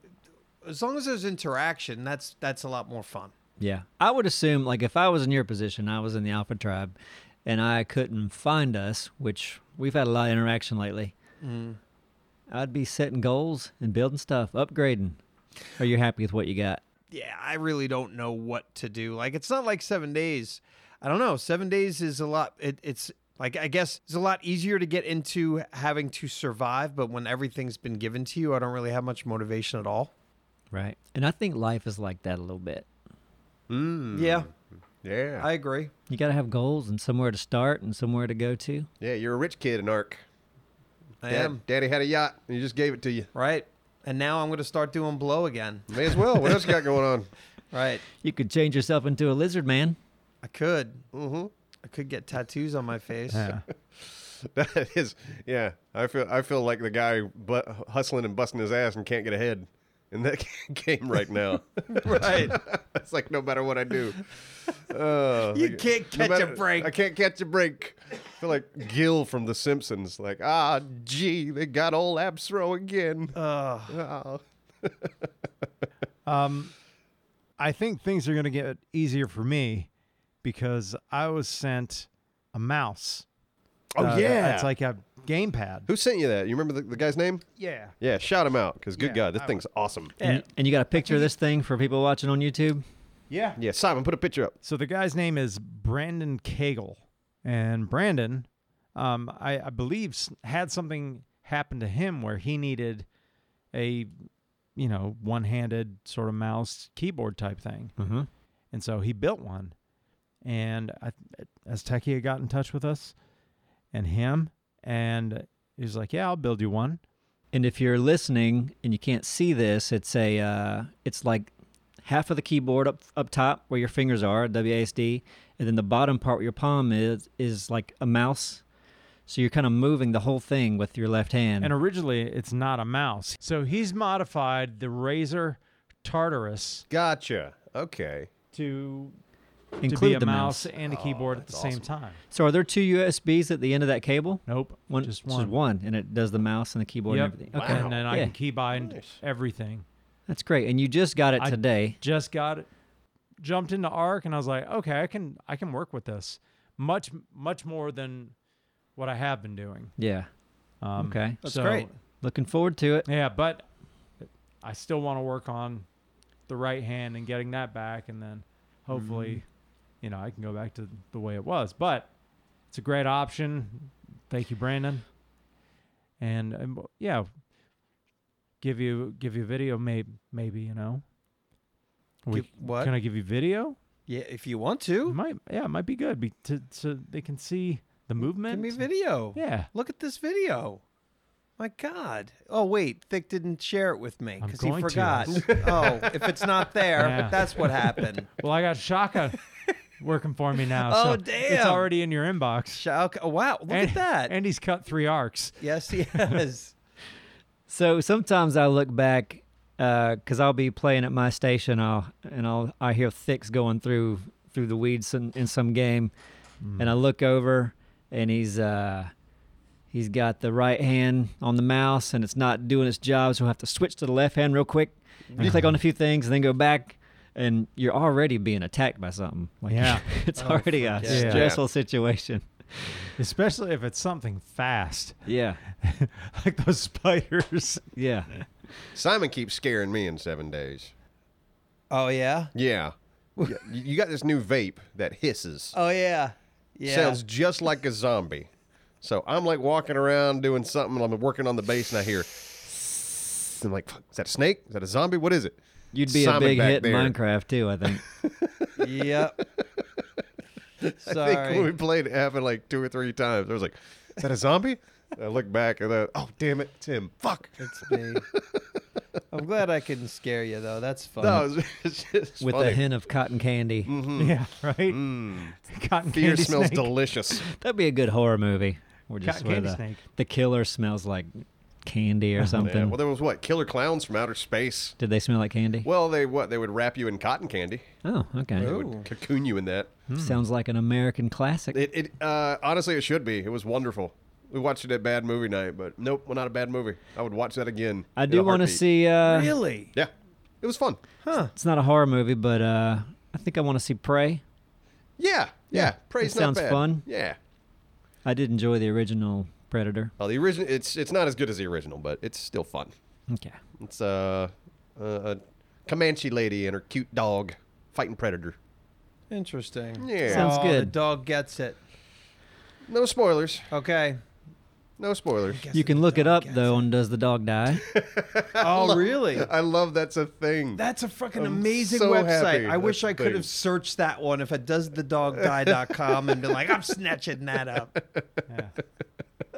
Speaker 1: as long as there's interaction, that's that's a lot more fun.
Speaker 3: Yeah. I would assume, like, if I was in your position, I was in the Alpha Tribe, and I couldn't find us, which we've had a lot of interaction lately, Mm. I'd be setting goals and building stuff, upgrading. Are you happy with what you got?
Speaker 1: Yeah, I really don't know what to do. Like it's not like seven days. I don't know. Seven days is a lot. It, it's like I guess it's a lot easier to get into having to survive. But when everything's been given to you, I don't really have much motivation at all.
Speaker 3: Right. And I think life is like that a little bit.
Speaker 4: Hmm.
Speaker 1: Yeah,
Speaker 2: Hmm. Yeah.
Speaker 1: I agree.
Speaker 3: You got to have goals and somewhere to start and somewhere to go to.
Speaker 2: yeah, you're a rich kid in ARC.
Speaker 1: I
Speaker 2: Dad-
Speaker 1: am
Speaker 2: Daddy had a yacht, and he just gave it to you.
Speaker 1: right, and now I'm going to start doing blow again.
Speaker 2: May as well. What else you got going on?
Speaker 1: Right,
Speaker 3: You could change yourself into a lizard man.
Speaker 1: I could. Mm-hmm. I could get tattoos on my face. *laughs*
Speaker 4: yeah.
Speaker 2: *laughs* That is, yeah. I feel I feel like the guy bu- hustling and busting his ass and can't get ahead. in that *laughs* game right now. *laughs*
Speaker 4: Right.
Speaker 2: it's like no matter what
Speaker 1: *laughs*
Speaker 2: I do, uh,
Speaker 1: You
Speaker 2: like,
Speaker 1: can't
Speaker 2: no
Speaker 1: catch a break.
Speaker 2: I can't catch a break. I feel like Gil from The Simpsons. Like ah, gee, they got old Absro again.
Speaker 4: Ugh.
Speaker 2: Ah.
Speaker 4: Um, I think things are going to get easier for me because I was sent a mouse.
Speaker 2: Oh
Speaker 4: Uh,
Speaker 2: yeah,
Speaker 4: it's like a gamepad.
Speaker 2: who sent you that? You remember the, the guy's name?
Speaker 4: Yeah,
Speaker 2: Yeah, shout him out because good
Speaker 4: Yeah,
Speaker 2: God, this
Speaker 4: I-
Speaker 2: thing's awesome.
Speaker 3: And, and you got a picture of this thing for people watching on YouTube?
Speaker 4: yeah.
Speaker 2: Yeah, Simon, put a picture up.
Speaker 4: So the guy's name is Brandon Cagle, and Brandon, um, I, I believe s- had something happen to him where he needed a, you know, one-handed sort of mouse keyboard type thing.
Speaker 3: Mm-hmm.
Speaker 4: And so he built one. And I, Aztecia got in touch with us and him. And he was like, Yeah, I'll build you one.
Speaker 3: And if you're listening and you can't see this, it's a uh, it's like half of the keyboard up up top where your fingers are WASD, and then the bottom part where your palm is is like a mouse. So you're kind of moving the whole thing with your left hand.
Speaker 4: And originally, it's not a mouse. So he's modified the Razer Tartarus
Speaker 2: Gotcha. Okay.
Speaker 4: to, to
Speaker 3: include
Speaker 4: be a
Speaker 3: the
Speaker 4: mouse,
Speaker 3: mouse.
Speaker 4: and a keyboard at the
Speaker 2: that's
Speaker 4: same
Speaker 2: awesome.
Speaker 4: time.
Speaker 3: So are there two USBs at the end of that cable?
Speaker 4: Nope.
Speaker 3: One,
Speaker 4: just one.
Speaker 3: and it does the mouse and the keyboard
Speaker 4: Yep.
Speaker 3: and everything. Okay,
Speaker 4: And then I
Speaker 3: yeah,
Speaker 4: can keybind
Speaker 2: Nice.
Speaker 4: everything.
Speaker 3: that's great. And you just got it
Speaker 4: I-
Speaker 3: today.
Speaker 4: just got it, jumped into arc and i was like okay i can i can work with this much much more than what i have been doing
Speaker 3: Yeah,
Speaker 4: um,
Speaker 3: okay,
Speaker 1: That's
Speaker 4: so,
Speaker 1: great.
Speaker 3: looking forward to it.
Speaker 4: yeah but i still want to work on the right hand and getting that back and then hopefully
Speaker 1: Mm-hmm.
Speaker 4: you know i can go back to the way it was but it's a great option thank you brandon and um, yeah give you give you video maybe maybe you know we,
Speaker 1: Give- what?
Speaker 4: can i give you video
Speaker 1: Yeah, if you want to,
Speaker 4: It might yeah, it might be good be, to so they can see the movement.
Speaker 1: give me video.
Speaker 4: Yeah,
Speaker 1: Look at this video. My God. Oh, wait. Thick didn't share it with me
Speaker 4: I'm
Speaker 1: because he
Speaker 4: going to. *laughs*
Speaker 1: forgot. oh, if it's not there,
Speaker 4: Yeah.
Speaker 1: that's what
Speaker 4: *laughs*
Speaker 1: happened.
Speaker 4: well, I got
Speaker 1: *laughs*
Speaker 4: Shaka working for me now.
Speaker 1: Oh,
Speaker 4: so It's
Speaker 1: damn.
Speaker 4: already in your inbox.
Speaker 1: Sh- Okay. Oh, wow. Look
Speaker 4: and,
Speaker 1: at that.
Speaker 4: And he's cut three arcs.
Speaker 1: yes, he has.
Speaker 3: So sometimes I look back because I'll be playing at my station, I'll, and I'll I hear Thicks going through through the weeds in, in some game,
Speaker 2: Hmm.
Speaker 3: and I look over and he's uh, he's got the right hand on the mouse and it's not doing its job, so I have to switch to the left hand real
Speaker 2: *laughs*
Speaker 3: quick, and click on a few things, and then go back. And you're already being attacked by something. Like,
Speaker 4: Yeah.
Speaker 3: *laughs* it's
Speaker 2: Oh,
Speaker 3: already a
Speaker 1: forget
Speaker 4: it.
Speaker 3: stressful situation.
Speaker 4: Especially if it's something fast, *laughs*
Speaker 3: Yeah,
Speaker 4: like those spiders.
Speaker 3: yeah.
Speaker 2: Simon keeps scaring me in seven days.
Speaker 1: Oh, yeah.
Speaker 2: Yeah. Yeah, you you got this new vape that hisses.
Speaker 1: Oh, yeah. Yeah.
Speaker 2: Sounds just like a zombie. So I'm like walking around doing something. I'm working on the bass and I hear. I'm like, "Fuck, is that a snake? Is that a zombie? What is it?
Speaker 3: You'd be
Speaker 2: Simon
Speaker 3: a big
Speaker 2: back
Speaker 3: hit in
Speaker 2: there.
Speaker 3: Minecraft too, I think.
Speaker 4: *laughs*
Speaker 1: yep.
Speaker 2: I think when we
Speaker 1: Sorry.
Speaker 2: played, it happened like two or three times. I was like, is that a zombie? And I look back and I, oh, damn it, Tim. Fuck.
Speaker 1: It's me. I'm glad I couldn't scare you, though. That's fun.
Speaker 2: No, it's, *laughs* it's just
Speaker 3: with
Speaker 2: funny. Mm-hmm.
Speaker 3: a hint of cotton candy.
Speaker 1: Mm-hmm.
Speaker 4: Yeah, right.
Speaker 1: Mm.
Speaker 4: Cotton
Speaker 2: Fear
Speaker 4: candy
Speaker 2: smells
Speaker 4: snake.
Speaker 2: delicious.
Speaker 3: That'd be a good horror movie. Or just
Speaker 4: Cotton
Speaker 3: where
Speaker 4: candy
Speaker 3: the,
Speaker 4: snake.
Speaker 3: the killer smells like candy or something.
Speaker 2: Yeah, well, there was what? Killer clowns from outer space.
Speaker 3: Did they smell like candy?
Speaker 2: Well, they what? They would wrap you in cotton candy.
Speaker 3: Oh, okay. Hmm.
Speaker 2: They
Speaker 1: Ooh.
Speaker 2: would cocoon you in that.
Speaker 3: Sounds like an American classic.
Speaker 2: It, it uh, honestly, it should be. It was wonderful. We watched it at bad movie night, but nope, well, not a bad movie. I would watch that again.
Speaker 3: I
Speaker 2: in
Speaker 3: do
Speaker 2: a
Speaker 3: want to
Speaker 2: heartbeat.
Speaker 3: see. Uh,
Speaker 1: really?
Speaker 2: Yeah, it was fun.
Speaker 3: It's not a horror movie, but uh, I think I want to see Prey.
Speaker 2: Yeah, yeah. Praise
Speaker 3: it
Speaker 2: not
Speaker 3: sounds
Speaker 2: bad.
Speaker 3: fun.
Speaker 2: Yeah.
Speaker 3: I did enjoy the original Predator.
Speaker 2: Well, the original. It's it's not as good as the original, but it's still fun.
Speaker 3: Okay.
Speaker 2: It's uh, a, a Comanche lady and her cute dog fighting predator.
Speaker 1: Interesting.
Speaker 2: Yeah.
Speaker 3: Sounds
Speaker 1: Oh, The
Speaker 3: good.
Speaker 1: dog gets it.
Speaker 2: No spoilers.
Speaker 1: Okay.
Speaker 2: No spoilers.
Speaker 3: You can look it up though on Does the Dog Die?
Speaker 1: Oh, really?
Speaker 2: *laughs* I love that's a thing.
Speaker 1: That's a fucking
Speaker 2: I'm
Speaker 1: amazing
Speaker 2: so
Speaker 1: website.
Speaker 2: happy
Speaker 1: I wish
Speaker 2: that's
Speaker 1: I could
Speaker 2: big.
Speaker 1: have searched that one if it does the dog die.com and been like, I'm snatching that up.
Speaker 4: Yeah.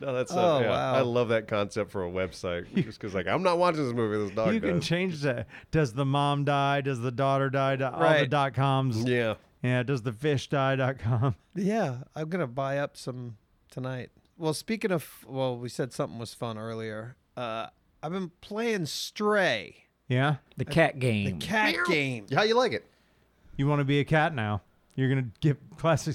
Speaker 2: No, that's uh,
Speaker 1: Oh,
Speaker 2: yeah,
Speaker 1: wow.
Speaker 2: I love that concept for a website. Just because, like, I'm not watching this movie. This dog
Speaker 4: You can
Speaker 2: does.
Speaker 4: change that. Does the mom die? Does the daughter die? Do- All the
Speaker 1: Right.
Speaker 4: dot coms. Yeah.
Speaker 2: yeah,
Speaker 4: Does the fish die? Dot com.
Speaker 1: *laughs* Yeah, I'm gonna buy up some tonight. Well, speaking of, well, we said something was fun earlier. Uh, I've been playing Stray,
Speaker 4: Yeah.
Speaker 3: The cat
Speaker 1: the
Speaker 3: game.
Speaker 1: cat game.
Speaker 2: How you like it?
Speaker 4: You want to be a cat now. You're going to get plastic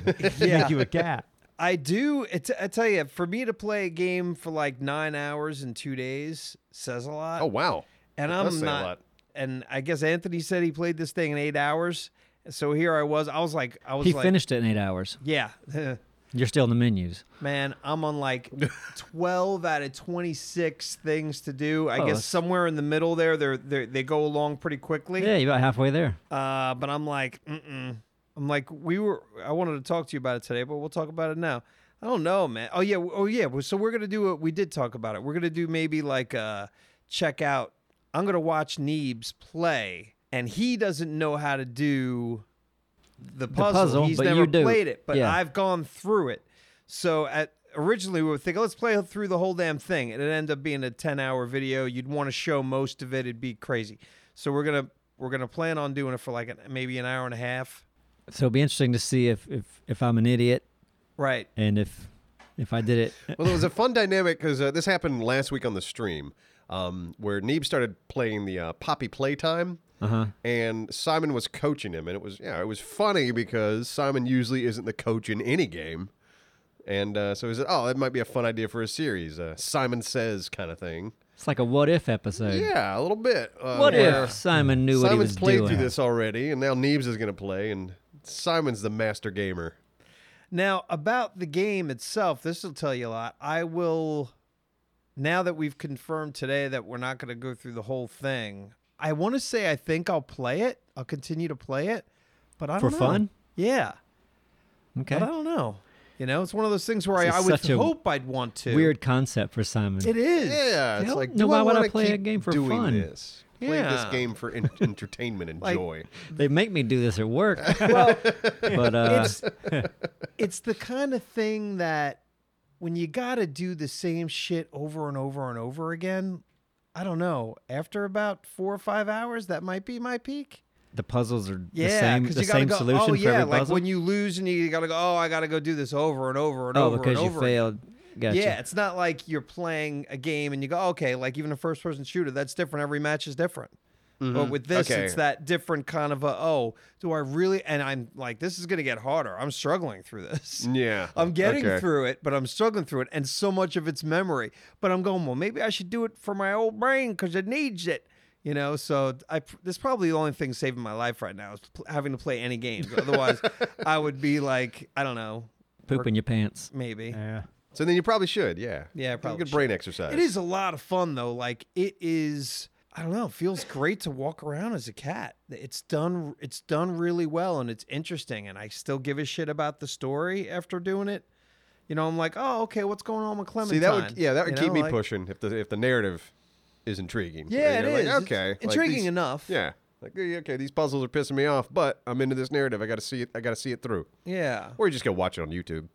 Speaker 1: *laughs*
Speaker 4: to
Speaker 1: Yeah.
Speaker 4: make you a cat.
Speaker 1: I do. It's, I tell you, for me to play a game for like nine hours in two days says a lot.
Speaker 2: Oh wow.
Speaker 1: and
Speaker 2: It
Speaker 1: I'm
Speaker 2: does say a
Speaker 1: not.
Speaker 2: lot.
Speaker 1: And I guess Anthony said he played this thing in eight hours. So here I was. I was like, I was
Speaker 3: he
Speaker 1: like,
Speaker 3: finished it in eight hours.
Speaker 1: yeah, *laughs*
Speaker 3: You're still in the menus.
Speaker 1: man, I'm on
Speaker 2: *laughs*
Speaker 1: like 12 out of 26 things to do. I
Speaker 3: Oh,
Speaker 1: guess
Speaker 3: that's-
Speaker 1: somewhere in the middle there, they're, they're they go along pretty quickly.
Speaker 3: Yeah, you're about halfway there.
Speaker 1: Uh, but I'm like, mm-mm. I'm like, we were. I wanted to talk to you about it today, but we'll talk about it now. I don't know, man. Oh yeah, oh yeah. Well, So we're gonna do it. We did talk about it. We're gonna do maybe like uh check out. I'm gonna watch Neebs play, and he doesn't know how to do the puzzle.
Speaker 3: puzzle,
Speaker 1: He's
Speaker 3: but
Speaker 1: never
Speaker 3: you do.
Speaker 1: played it, but
Speaker 3: Yeah.
Speaker 1: I've gone through it. So at originally we were thinking, let's play through the whole damn thing. It'd end up being a 10 hour video. You'd want to show most of it. It'd be crazy. So we're gonna we're gonna plan on doing it for like an, maybe an hour and a half.
Speaker 3: So it'll be interesting to see if if, if I'm an idiot
Speaker 1: Right.
Speaker 3: and if if I did it.
Speaker 2: Well, it was a fun *laughs* dynamic because uh, this happened last week on the stream, um, where Neeb started playing the uh, Poppy Playtime,
Speaker 3: Uh-huh.
Speaker 2: and Simon was coaching him, and it was yeah, it was funny because Simon usually isn't the coach in any game, and uh, so he said, "Oh, that might be a fun idea for a series, uh, Simon Says kind of thing."
Speaker 3: It's like a what if episode.
Speaker 2: Yeah, a little bit. Uh,
Speaker 3: What
Speaker 2: where
Speaker 3: if Simon knew what he
Speaker 2: Simon's
Speaker 3: was
Speaker 2: played
Speaker 3: doing?
Speaker 2: through this already, and now Neebs is going to play, and Simon's the master gamer.
Speaker 1: Now, about the game itself, this will tell you a lot. I will, now that we've confirmed today that we're not going to go through the whole thing, I want to say I think I'll play it. I'll continue to play it, but I don't
Speaker 3: For
Speaker 1: know.
Speaker 3: fun?
Speaker 1: Yeah,
Speaker 3: Okay.
Speaker 1: but I don't know. You know, it's one of those things where I,
Speaker 3: This
Speaker 1: I
Speaker 3: is
Speaker 1: would
Speaker 3: such a
Speaker 1: hope I'd want to.
Speaker 3: Weird concept for Simon.
Speaker 1: It is.
Speaker 2: Yeah, it's like
Speaker 3: no,
Speaker 2: do
Speaker 3: why
Speaker 2: I
Speaker 3: would I
Speaker 2: wanna
Speaker 3: play a
Speaker 2: keep
Speaker 3: game for
Speaker 2: doing
Speaker 3: fun?
Speaker 2: This? Play this
Speaker 1: Yeah.
Speaker 2: game
Speaker 1: *laughs*
Speaker 2: for en- entertainment and
Speaker 1: Like-
Speaker 2: joy.
Speaker 3: They make me do this
Speaker 1: *laughs*
Speaker 3: at work. but uh, *laughs*
Speaker 1: it's it's the kind of thing that when you got to do the same shit over and over and over again, I don't know. After about four or five hours, that might be my peak.
Speaker 3: the puzzles are the
Speaker 1: Yeah,
Speaker 3: same.
Speaker 1: because
Speaker 3: The
Speaker 1: you gotta
Speaker 3: same
Speaker 1: go.
Speaker 3: solution
Speaker 1: oh
Speaker 3: for
Speaker 1: yeah,
Speaker 3: every
Speaker 1: like
Speaker 3: puzzle.
Speaker 1: when you lose and you gotta go. Oh, I gotta go do this over and over and
Speaker 3: oh,
Speaker 1: over
Speaker 3: because
Speaker 1: and
Speaker 3: you
Speaker 1: over. again."
Speaker 3: failed. Gotcha.
Speaker 1: Yeah, it's not like you're playing a game and you go, okay, like even a first person shooter, that's different. Every match is different. But with this,
Speaker 2: Mm-hmm. Okay.
Speaker 1: it's that different kind of a, oh, do I really? And I'm like, this is going to get harder. I'm struggling through this.
Speaker 2: Yeah,
Speaker 1: I'm getting
Speaker 2: Mm. okay.
Speaker 1: through it, but I'm struggling through it. And so much of it's memory. But I'm going, well, maybe I should do it for my old brain because it needs it. You know, so I this is probably the only thing saving my life right now is pl- having to play any games.
Speaker 2: *laughs*
Speaker 1: Otherwise, I would be like, I don't know,
Speaker 3: Poop in your pants.
Speaker 1: maybe.
Speaker 4: Yeah.
Speaker 2: So then you probably should. Yeah.
Speaker 1: Yeah, I
Speaker 2: It's a
Speaker 1: probably
Speaker 2: good
Speaker 1: should.
Speaker 2: brain exercise.
Speaker 1: It is a lot of fun though. Like it is, I don't know, it feels great to walk around as a cat. It's done it's done really well and it's interesting and I still give a shit about the story after doing it. You know, I'm like, "Oh, okay, what's going on with
Speaker 2: See
Speaker 1: Clementine?"
Speaker 2: that would yeah that would
Speaker 1: You
Speaker 2: keep
Speaker 1: know,
Speaker 2: me
Speaker 1: like-
Speaker 2: pushing if the if the narrative is intriguing.
Speaker 1: Yeah, it
Speaker 2: You're
Speaker 1: is.
Speaker 2: like,
Speaker 1: It's
Speaker 2: okay, like
Speaker 1: intriguing
Speaker 2: these-
Speaker 1: enough.
Speaker 2: Yeah, like yeah, okay, these puzzles are pissing me off, but I'm into this narrative. I got to see it. I got to see it through.
Speaker 1: Yeah.
Speaker 2: Or you just go watch it on YouTube.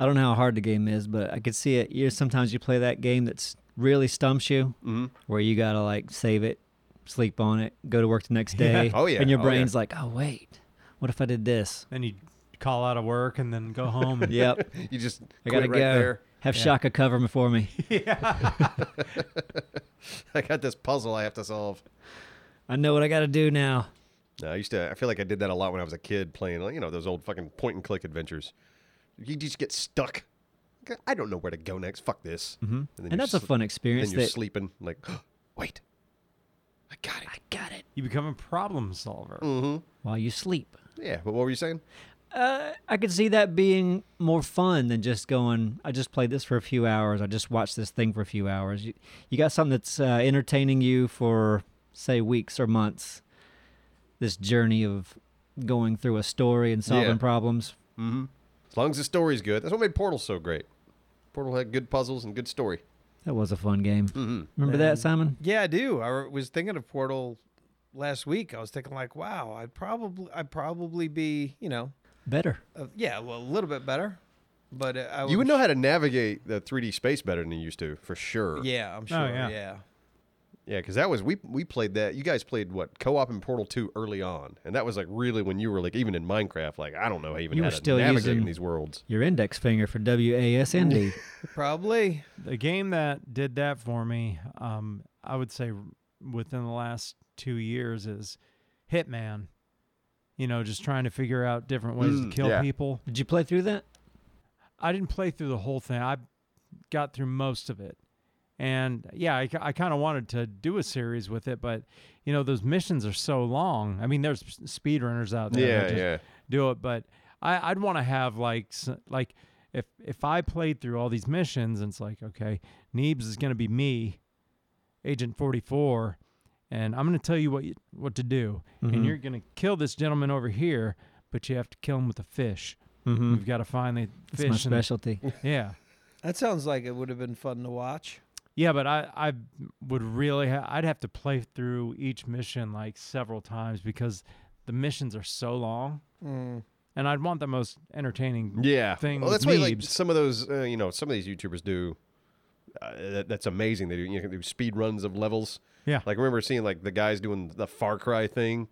Speaker 3: I don't know how hard the game is, but I could see it. You sometimes you play that game that's really stumps you,
Speaker 2: Mm-hmm.
Speaker 3: where you gotta like save it, sleep on it, go to work
Speaker 1: *laughs*
Speaker 3: the next day,
Speaker 2: Oh, yeah.
Speaker 3: and your
Speaker 2: Oh, yeah.
Speaker 3: brain's like, oh wait, what if I did this?
Speaker 4: Then you call out of work and then
Speaker 1: *laughs*
Speaker 4: go home. And
Speaker 3: Yep,
Speaker 2: You just
Speaker 3: I
Speaker 2: quit
Speaker 3: gotta
Speaker 2: right
Speaker 3: go.
Speaker 2: there. *laughs*
Speaker 3: Have Shaka cover me for me.
Speaker 4: *laughs*
Speaker 2: I got this puzzle I have to solve.
Speaker 3: I know what I gotta do now.
Speaker 2: No, I used to. I feel like I did that a lot when I was a kid, playing like, you know those old fucking point and click adventures. You just get stuck. Okay, I don't know where to go next. Fuck this. Mm-hmm. And, then you're
Speaker 3: And that's a
Speaker 2: sl-
Speaker 3: fun
Speaker 2: Then
Speaker 3: experience.
Speaker 2: you're
Speaker 3: That
Speaker 2: sleeping. Like, *gasps* wait, I got it.
Speaker 3: I got it
Speaker 4: You become a problem solver.
Speaker 2: Mm.
Speaker 3: while you sleep.
Speaker 2: Yeah, but what were you saying?
Speaker 3: Uh, I could see that being more fun than just going. I just played this for a few hours. I just watched this thing for a few hours. You, you got something that's uh, entertaining you for say weeks or months. This journey of going through a story and solving
Speaker 2: Yeah.
Speaker 3: problems.
Speaker 2: As long as the story's good, that's what made Portal so great. Portal had good puzzles and good story.
Speaker 3: That was a fun game. Mm-hmm. Remember that, Simon?
Speaker 1: Yeah, I do. I was thinking of Portal last week. I was thinking like, "Wow, I'd probably I'd probably be, you know,
Speaker 3: Better.
Speaker 1: uh, yeah, well, a little bit better." But uh, I
Speaker 2: You would know how to navigate the 3D space better than you used to, for sure.
Speaker 1: Yeah, I'm sure.
Speaker 4: yeah.
Speaker 1: yeah.
Speaker 2: Yeah, because that was we we played that. You guys played what co-op in Portal Two early on, and that was like really when you were like even in Minecraft. Like I don't know, even
Speaker 3: You
Speaker 2: how
Speaker 3: were
Speaker 2: to
Speaker 3: still
Speaker 2: navigate in
Speaker 3: using-
Speaker 2: these worlds.
Speaker 3: Your index finger for W A S N D.
Speaker 1: Probably.
Speaker 4: The game that did that for me, um, I would say within the last two years is Hitman. You know, just trying to figure out different ways
Speaker 2: Mm,
Speaker 4: to kill
Speaker 2: yeah.
Speaker 4: people.
Speaker 3: Did you play through that?
Speaker 4: I didn't play through the whole thing. I got through most of it. And yeah, I, kind of wanted to do a series with it, but you know, those missions are so long. I mean, there's speedrunners out there. that
Speaker 2: Yeah,
Speaker 4: just
Speaker 2: yeah.
Speaker 4: do it. But I, I'd want to have like s- like if if I played through all these missions and it's like okay, Neebs is gonna be me, Agent Forty Four, and I'm gonna tell you what you, what to do,
Speaker 3: Mm-hmm.
Speaker 4: and you're gonna kill this gentleman over here, but you have to kill him with a fish.
Speaker 3: Mm-hmm.
Speaker 4: We've got to find the
Speaker 3: That's my
Speaker 4: fish. and-
Speaker 3: specialty.
Speaker 4: *laughs* yeah.
Speaker 1: That sounds like it would have been fun to watch.
Speaker 4: Yeah, but I, I would really ha- I'd have to play through each mission like several times because the missions are so long,
Speaker 1: Mm.
Speaker 4: and I'd want the most entertaining
Speaker 2: yeah.
Speaker 4: thing
Speaker 2: Well,
Speaker 4: with
Speaker 2: that's why like
Speaker 4: Neebs.
Speaker 2: some of those, uh, you know, some of these YouTubers do. Uh, that, that's amazing. They do you know, they do speed runs of levels.
Speaker 4: Yeah.
Speaker 2: Like I remember seeing like the guys doing the Far Cry thing.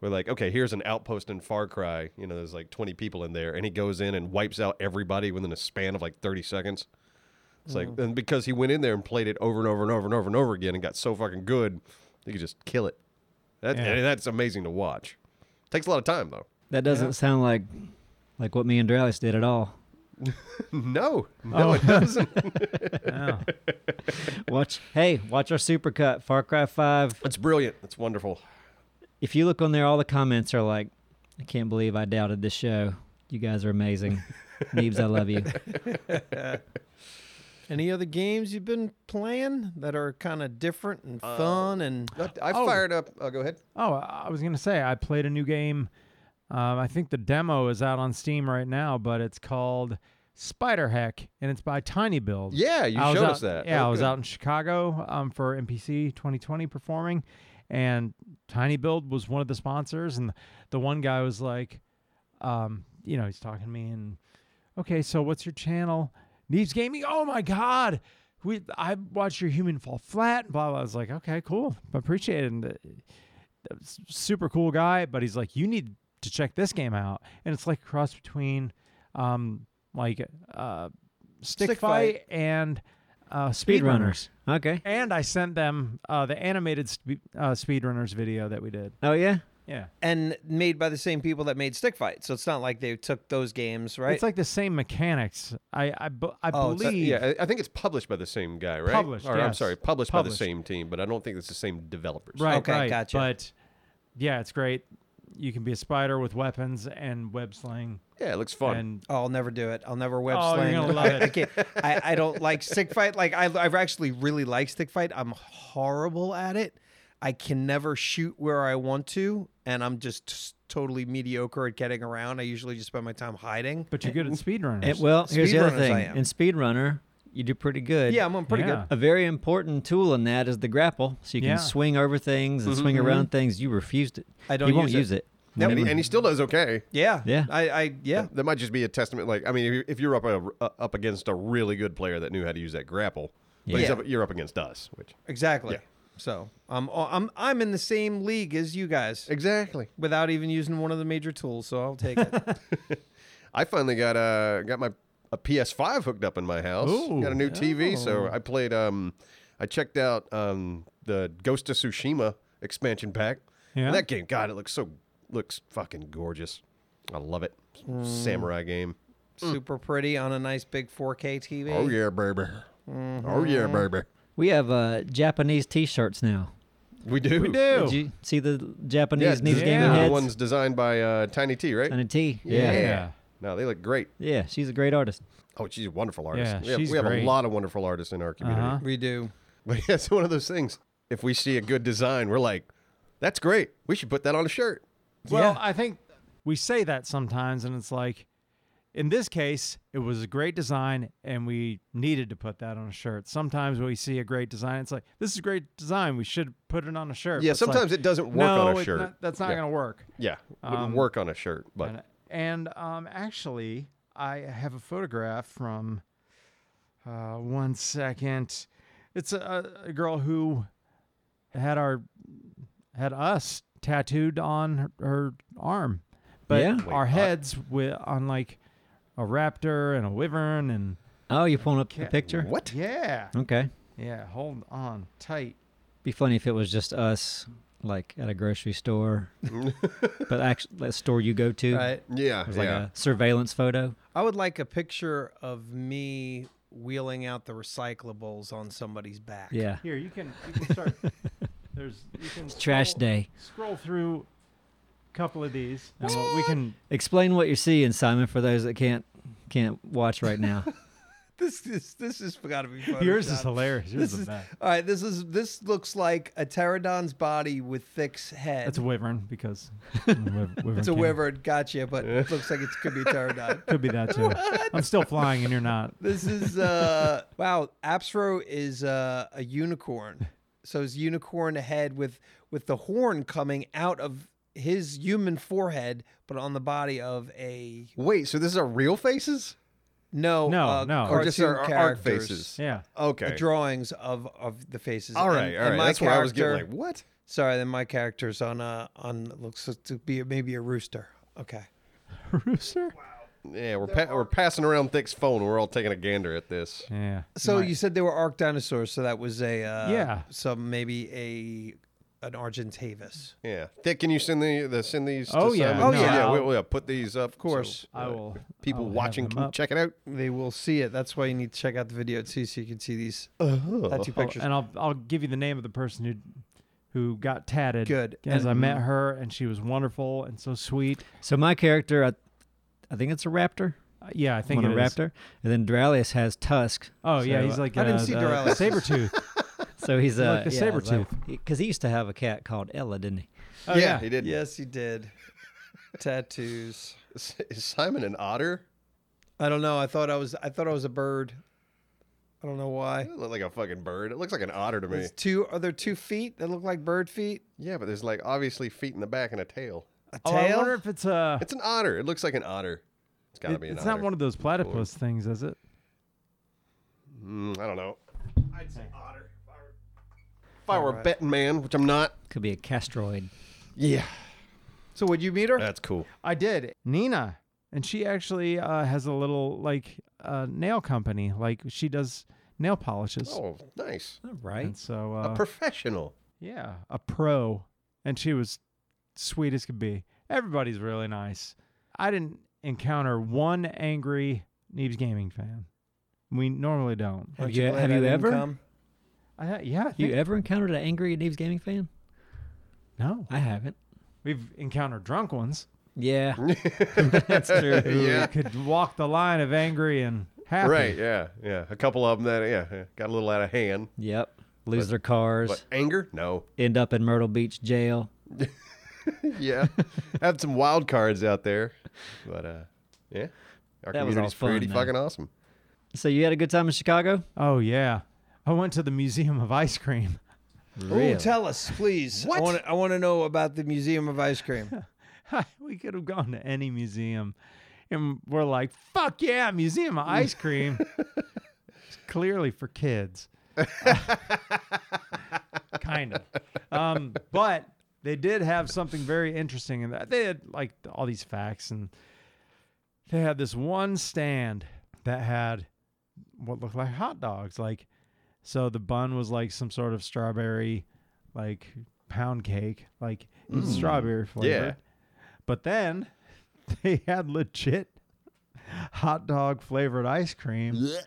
Speaker 2: Where like, okay, here's an outpost in Far Cry. You know, there's like 20 people in there, and he goes in and wipes out everybody within a span of like 30 seconds. It's
Speaker 4: Mm.
Speaker 2: like, and because he went in there and played it over and over and over and over and over again, and got so fucking good, he could just kill it. That,
Speaker 4: Yeah.
Speaker 2: and that's amazing to watch. Takes a lot of time though.
Speaker 3: That doesn't sound like like what me and Dralis did at all.
Speaker 2: No, Mm-hmm.
Speaker 4: Oh.
Speaker 2: no, it *laughs* doesn't.
Speaker 4: Yeah.
Speaker 3: Watch, hey, watch our supercut, Far Cry Five.
Speaker 2: That's brilliant. That's wonderful.
Speaker 3: If you look on there, all the comments are like, "I can't believe I doubted this show. You guys
Speaker 1: *laughs*
Speaker 3: are amazing." Neebs, I love you.
Speaker 1: Any other games you've been playing that are kind of different and fun and
Speaker 2: Not- I
Speaker 4: Oh.
Speaker 2: fired up. Oh, go ahead.
Speaker 4: Oh, I I was gonna say I played a new game. Um, I think the demo is out on Steam right now, but it's called Spider Heck, and it's by Tiny Build.
Speaker 2: Yeah, you
Speaker 4: I was
Speaker 2: showed
Speaker 4: out-
Speaker 2: us that.
Speaker 4: Yeah,
Speaker 2: Oh,
Speaker 4: I was
Speaker 2: good.
Speaker 4: out in Chicago um, for MPC 2020 performing, and Tiny Build was one of the sponsors, and the one guy was like, um, you know, he's talking to me, and okay, so what's your channel? Neves Gaming. Oh my God. We, I watched your human fall flat, blah, blah. I was like, okay, cool. I appreciate it. And uh, that was a super cool guy, but he's like, you need to check this game out. And it's like a cross between um, like uh, stick,
Speaker 1: Stick
Speaker 4: fight, and uh,
Speaker 3: Speedrunners.
Speaker 4: speedrunners.
Speaker 3: Okay.
Speaker 4: And I sent them uh, the animated spe- uh, speedrunners video that we did.
Speaker 3: Oh yeah.
Speaker 4: Yeah.
Speaker 1: and made by the same people that made Stick Fight. So it's not like they took those games, right?
Speaker 4: It's like the same mechanics. I I, bu- I
Speaker 1: Oh, it's-
Speaker 4: believe.
Speaker 2: Uh, yeah, I I think it's published by the same guy, right?
Speaker 4: Published,
Speaker 2: Or, I'm
Speaker 4: yes.
Speaker 2: sorry, published, by the
Speaker 4: Published.
Speaker 2: same team, but I don't think it's the same developers.
Speaker 4: Right.
Speaker 1: Okay,
Speaker 4: right.
Speaker 1: gotcha.
Speaker 4: But yeah, it's great. You can be a spider with weapons and web sling.
Speaker 2: Yeah, it looks fun.
Speaker 4: And
Speaker 1: Oh, I'll never do it. I'll never web
Speaker 4: Oh, you're
Speaker 1: sling. *laughs*
Speaker 4: gonna love
Speaker 1: I,
Speaker 4: it.
Speaker 1: I can't. I, I don't like stick fight. Like I, I actually really like stick fight. I'm horrible at it. I can never shoot where I want to, and I'm just s- totally mediocre at getting around. I usually just spend my time hiding.
Speaker 4: but you're good at speedrunners.
Speaker 3: It- well, here's the other
Speaker 1: Speedrunners I
Speaker 3: thing.
Speaker 1: am.
Speaker 3: In speedrunner, you do pretty good.
Speaker 1: Yeah, I'm, I'm pretty
Speaker 4: Yeah.
Speaker 1: good.
Speaker 3: A very important tool in that is the grapple, so you can
Speaker 4: Yeah.
Speaker 3: swing over things and swing around things. You refused it.
Speaker 1: Mm-hmm, I don't
Speaker 3: You won't
Speaker 1: use
Speaker 3: use
Speaker 1: it.
Speaker 3: it.
Speaker 1: Nope.
Speaker 2: and, he,
Speaker 1: Never-
Speaker 2: and he still does okay.
Speaker 1: Yeah,
Speaker 3: Yeah.
Speaker 1: I, I, yeah.
Speaker 2: That might just be a testament. Like, I mean, if you- if you're up a, uh, up against a really good player that knew how to use that grapple, but he's
Speaker 1: Yeah.
Speaker 2: up, you're up against us, which
Speaker 1: Exactly.
Speaker 2: Yeah.
Speaker 1: So I'm I'm I'm in the same league as you guys
Speaker 2: exactly.
Speaker 1: without even using one of the major tools. So I'll take it.
Speaker 2: I finally got uh got my a PS5 hooked up in my house.
Speaker 4: Ooh. Oh.
Speaker 2: got a new TV, so I played. Um, I checked out um the Ghost of Tsushima expansion pack. And
Speaker 4: Yeah.
Speaker 2: that game, God, it looks so looks fucking gorgeous. I love it. Samurai game.
Speaker 1: Super pretty on a nice big 4K TV.
Speaker 2: Oh yeah, baby. Oh yeah, baby.
Speaker 3: We have uh, Japanese T-shirts now.
Speaker 2: We do.
Speaker 4: we do.
Speaker 3: Did you see the
Speaker 2: Yeah,
Speaker 3: Japanese
Speaker 2: the-
Speaker 3: Neebs
Speaker 2: the
Speaker 3: Gaming
Speaker 4: yeah.
Speaker 3: heads?
Speaker 2: one's designed by uh, Tiny T, right?
Speaker 3: and a T. Yeah. yeah.
Speaker 4: yeah.
Speaker 2: No, they look great.
Speaker 3: she's a great artist.
Speaker 2: Oh, she's a wonderful artist.
Speaker 4: Yeah,
Speaker 2: we have,
Speaker 4: she's
Speaker 2: we have a
Speaker 4: great.
Speaker 2: lot of wonderful artists in our community. *laughs*
Speaker 4: Uh-huh.
Speaker 1: We do.
Speaker 2: But yeah, it's one of those things. If we see a good design, we're like, that's great. We should put that on a shirt.
Speaker 4: Well,
Speaker 1: Yeah.
Speaker 4: I think we say that sometimes, and it's like, in this case, it was a great design, and we needed to put that on a shirt. Sometimes when we see a great design, it's like, this is a great design. We should put it on a shirt.
Speaker 2: Yeah,
Speaker 4: It's like,
Speaker 2: sometimes it doesn't work
Speaker 4: no,
Speaker 2: on a
Speaker 4: it's
Speaker 2: shirt.
Speaker 4: not- that's not
Speaker 2: Yeah.
Speaker 4: going to work.
Speaker 2: Yeah, wouldn't
Speaker 4: Um,
Speaker 2: work on a shirt, but
Speaker 4: And, and, um, actually, I have a photograph from uh, one second. It's a, a girl who had our had us tattooed on her, her arm, but
Speaker 3: Yeah.
Speaker 2: Wait,
Speaker 4: our
Speaker 2: I-
Speaker 4: heads with on like a raptor and a wyvern and
Speaker 3: Oh, you're pulling up the
Speaker 4: Cat-
Speaker 3: picture?
Speaker 2: What?
Speaker 4: yeah,
Speaker 3: Okay.
Speaker 4: yeah. Hold on tight.
Speaker 3: Be funny if it was just us, like at a grocery
Speaker 4: *laughs*
Speaker 3: store, but actually, a store you go to.
Speaker 1: Right.
Speaker 2: Yeah.
Speaker 3: It was like
Speaker 2: yeah.
Speaker 3: a surveillance photo.
Speaker 1: I would like a picture of me wheeling out the recyclables on somebody's back.
Speaker 3: Yeah.
Speaker 4: Here you can you can *laughs* start. There's you can
Speaker 3: Trash
Speaker 4: scroll-
Speaker 3: day.
Speaker 4: Scroll through a couple of these, and what we can
Speaker 3: Explain what you're seeing, Simon, for those that can't can't watch right
Speaker 4: *laughs*
Speaker 3: now.
Speaker 1: This is this is got to be photoshopped.
Speaker 4: Yours is hilarious. Yours
Speaker 1: This
Speaker 4: is the
Speaker 1: is, all
Speaker 4: best.
Speaker 1: right. This is this looks like a pterodon's body with thick's head.
Speaker 4: That's a wyvern because wyvern
Speaker 1: it's a
Speaker 4: can-
Speaker 1: wyvern. Gotcha. But it looks like it could be a pterodon.
Speaker 4: Could be that too. I'm still flying and you're not.
Speaker 1: This is
Speaker 2: *laughs*
Speaker 1: uh wow. Apsro is uh, a unicorn. So his unicorn head with with the horn coming out of his human forehead, but on the body of a
Speaker 2: Wait, so this is our real faces?
Speaker 1: no
Speaker 4: No,
Speaker 1: uh,
Speaker 4: no.
Speaker 2: Or
Speaker 1: cartoon
Speaker 2: just our, our art
Speaker 1: characters,
Speaker 2: faces?
Speaker 4: Yeah.
Speaker 2: Okay.
Speaker 1: the drawings of of the faces.
Speaker 2: all right,
Speaker 1: And-
Speaker 2: all
Speaker 1: and
Speaker 2: right.
Speaker 1: my
Speaker 2: That's where I was getting like,
Speaker 1: character-
Speaker 2: what?
Speaker 1: Sorry, then my character's on uh on looks to be maybe a rooster. Okay.
Speaker 4: Rooster?
Speaker 2: Yeah, we're pa- we're passing around Thick's phone. We're all taking a gander at this.
Speaker 4: Yeah.
Speaker 1: So
Speaker 4: Might-
Speaker 1: you said they were arc dinosaurs, so that was a uh,
Speaker 4: Yeah.
Speaker 1: some maybe a an Argentavis.
Speaker 2: Yeah, Thick, can you send the, the send these? To
Speaker 4: Oh, yeah.
Speaker 2: Simon?
Speaker 1: Oh,
Speaker 2: So,
Speaker 1: yeah.
Speaker 2: we'll, we'll put these up. Of
Speaker 1: course.
Speaker 4: I will.
Speaker 2: uh, people
Speaker 4: I'll have
Speaker 2: watching
Speaker 4: them
Speaker 2: can
Speaker 4: up.
Speaker 2: check it
Speaker 4: *laughs*
Speaker 2: out.
Speaker 1: They will see it. That's why you need to check out the video too, so you can see these
Speaker 2: Oh.
Speaker 1: tattoo
Speaker 4: I'll-
Speaker 1: pictures.
Speaker 4: Oh, and I'll I'll give you the name of the person who who got tatted.
Speaker 1: Good.
Speaker 4: As
Speaker 1: And-
Speaker 4: I met her and she was wonderful and so sweet.
Speaker 3: so my character, I, I think it's a raptor.
Speaker 4: Uh, yeah, I think
Speaker 3: on a
Speaker 4: it is.
Speaker 3: raptor, and then Duralius has tusk.
Speaker 4: Oh yeah,
Speaker 3: So,
Speaker 4: he's
Speaker 3: uh,
Speaker 4: like
Speaker 1: I didn't
Speaker 4: uh,
Speaker 1: see
Speaker 4: the
Speaker 1: Doralius.
Speaker 4: saber tooth.
Speaker 3: So he's a
Speaker 4: Like the saber tooth.
Speaker 3: because he used to have a cat called Ella, didn't he?
Speaker 4: Oh,
Speaker 2: yeah,
Speaker 4: yeah.
Speaker 2: he did.
Speaker 1: yes, you did. *laughs* Tattoos.
Speaker 2: S- Is Simon an otter?
Speaker 1: I don't know. I thought I was. I thought I was a bird. I don't know why.
Speaker 2: It look like a fucking bird. It looks like an otter to me.
Speaker 1: There's two. Are there two feet that look like bird feet?
Speaker 2: Yeah, but there's like obviously feet in the back and a tail.
Speaker 1: A
Speaker 4: Oh, I
Speaker 1: tail?
Speaker 4: wonder if it's a.
Speaker 2: It's an otter. It looks like an otter. It's gotta
Speaker 4: it-
Speaker 2: be an
Speaker 4: it's
Speaker 2: otter.
Speaker 4: not one of those platypus things, is it?
Speaker 2: Mm, I don't know.
Speaker 4: I'd say
Speaker 2: Otter. If I were a betting man, which I'm not.
Speaker 3: Could be a castroid.
Speaker 2: Yeah,
Speaker 1: so would you meet her?
Speaker 2: that's cool.
Speaker 4: I did. Nina. And she actually uh, has a little like uh, nail company. Like she does nail polishes.
Speaker 2: Oh, nice.
Speaker 3: Right.
Speaker 4: And so
Speaker 2: a
Speaker 4: uh,
Speaker 2: professional.
Speaker 4: yeah, a pro. And she was sweet as could be. Everybody's really nice. I didn't encounter one angry Neves Gaming fan. We normally don't. e,
Speaker 3: Have
Speaker 1: Aren't you
Speaker 3: you,
Speaker 1: glad
Speaker 3: have
Speaker 1: I
Speaker 3: you
Speaker 1: didn't
Speaker 3: ever
Speaker 1: come?
Speaker 4: I, ha- yeah, I
Speaker 3: you
Speaker 4: think,
Speaker 3: ever encountered an angry Neves Gaming fan?
Speaker 4: no.
Speaker 3: I haven't.
Speaker 4: We've encountered drunk *laughs* ones.
Speaker 1: *laughs*
Speaker 3: Yeah.
Speaker 2: that's
Speaker 3: true.
Speaker 4: who
Speaker 2: yeah.
Speaker 4: could walk the line of angry and happy.
Speaker 2: Right. Yeah. Yeah. A couple of them that yeah, yeah got a little out of hand.
Speaker 3: Yep. Lose their cars.
Speaker 2: But anger? No.
Speaker 3: End up in Myrtle Beach jail.
Speaker 2: Yeah. *laughs* Had some wild cards out there, but uh, yeah. Our
Speaker 3: That was all
Speaker 2: community's
Speaker 3: fun,
Speaker 2: pretty
Speaker 3: though.
Speaker 2: fucking awesome.
Speaker 3: So you had a good time in Chicago?
Speaker 4: Oh yeah. I went to the Museum of Ice Cream.
Speaker 1: Ooh, tell us, please. I want. I want to know about the Museum of Ice
Speaker 4: *laughs*
Speaker 1: Cream.
Speaker 4: we could have gone to any museum. And we're like, fuck yeah, Museum of Ice Cream. it's clearly for kids. kind of. Um, but they did have something very interesting in that. They had like all these facts, and they had this one stand that had what looked like hot dogs. Like, so the bun was like some sort of strawberry, like pound cake, like it was strawberry flavor.
Speaker 2: Yeah.
Speaker 4: But then *laughs* they had legit hot dog flavored ice cream with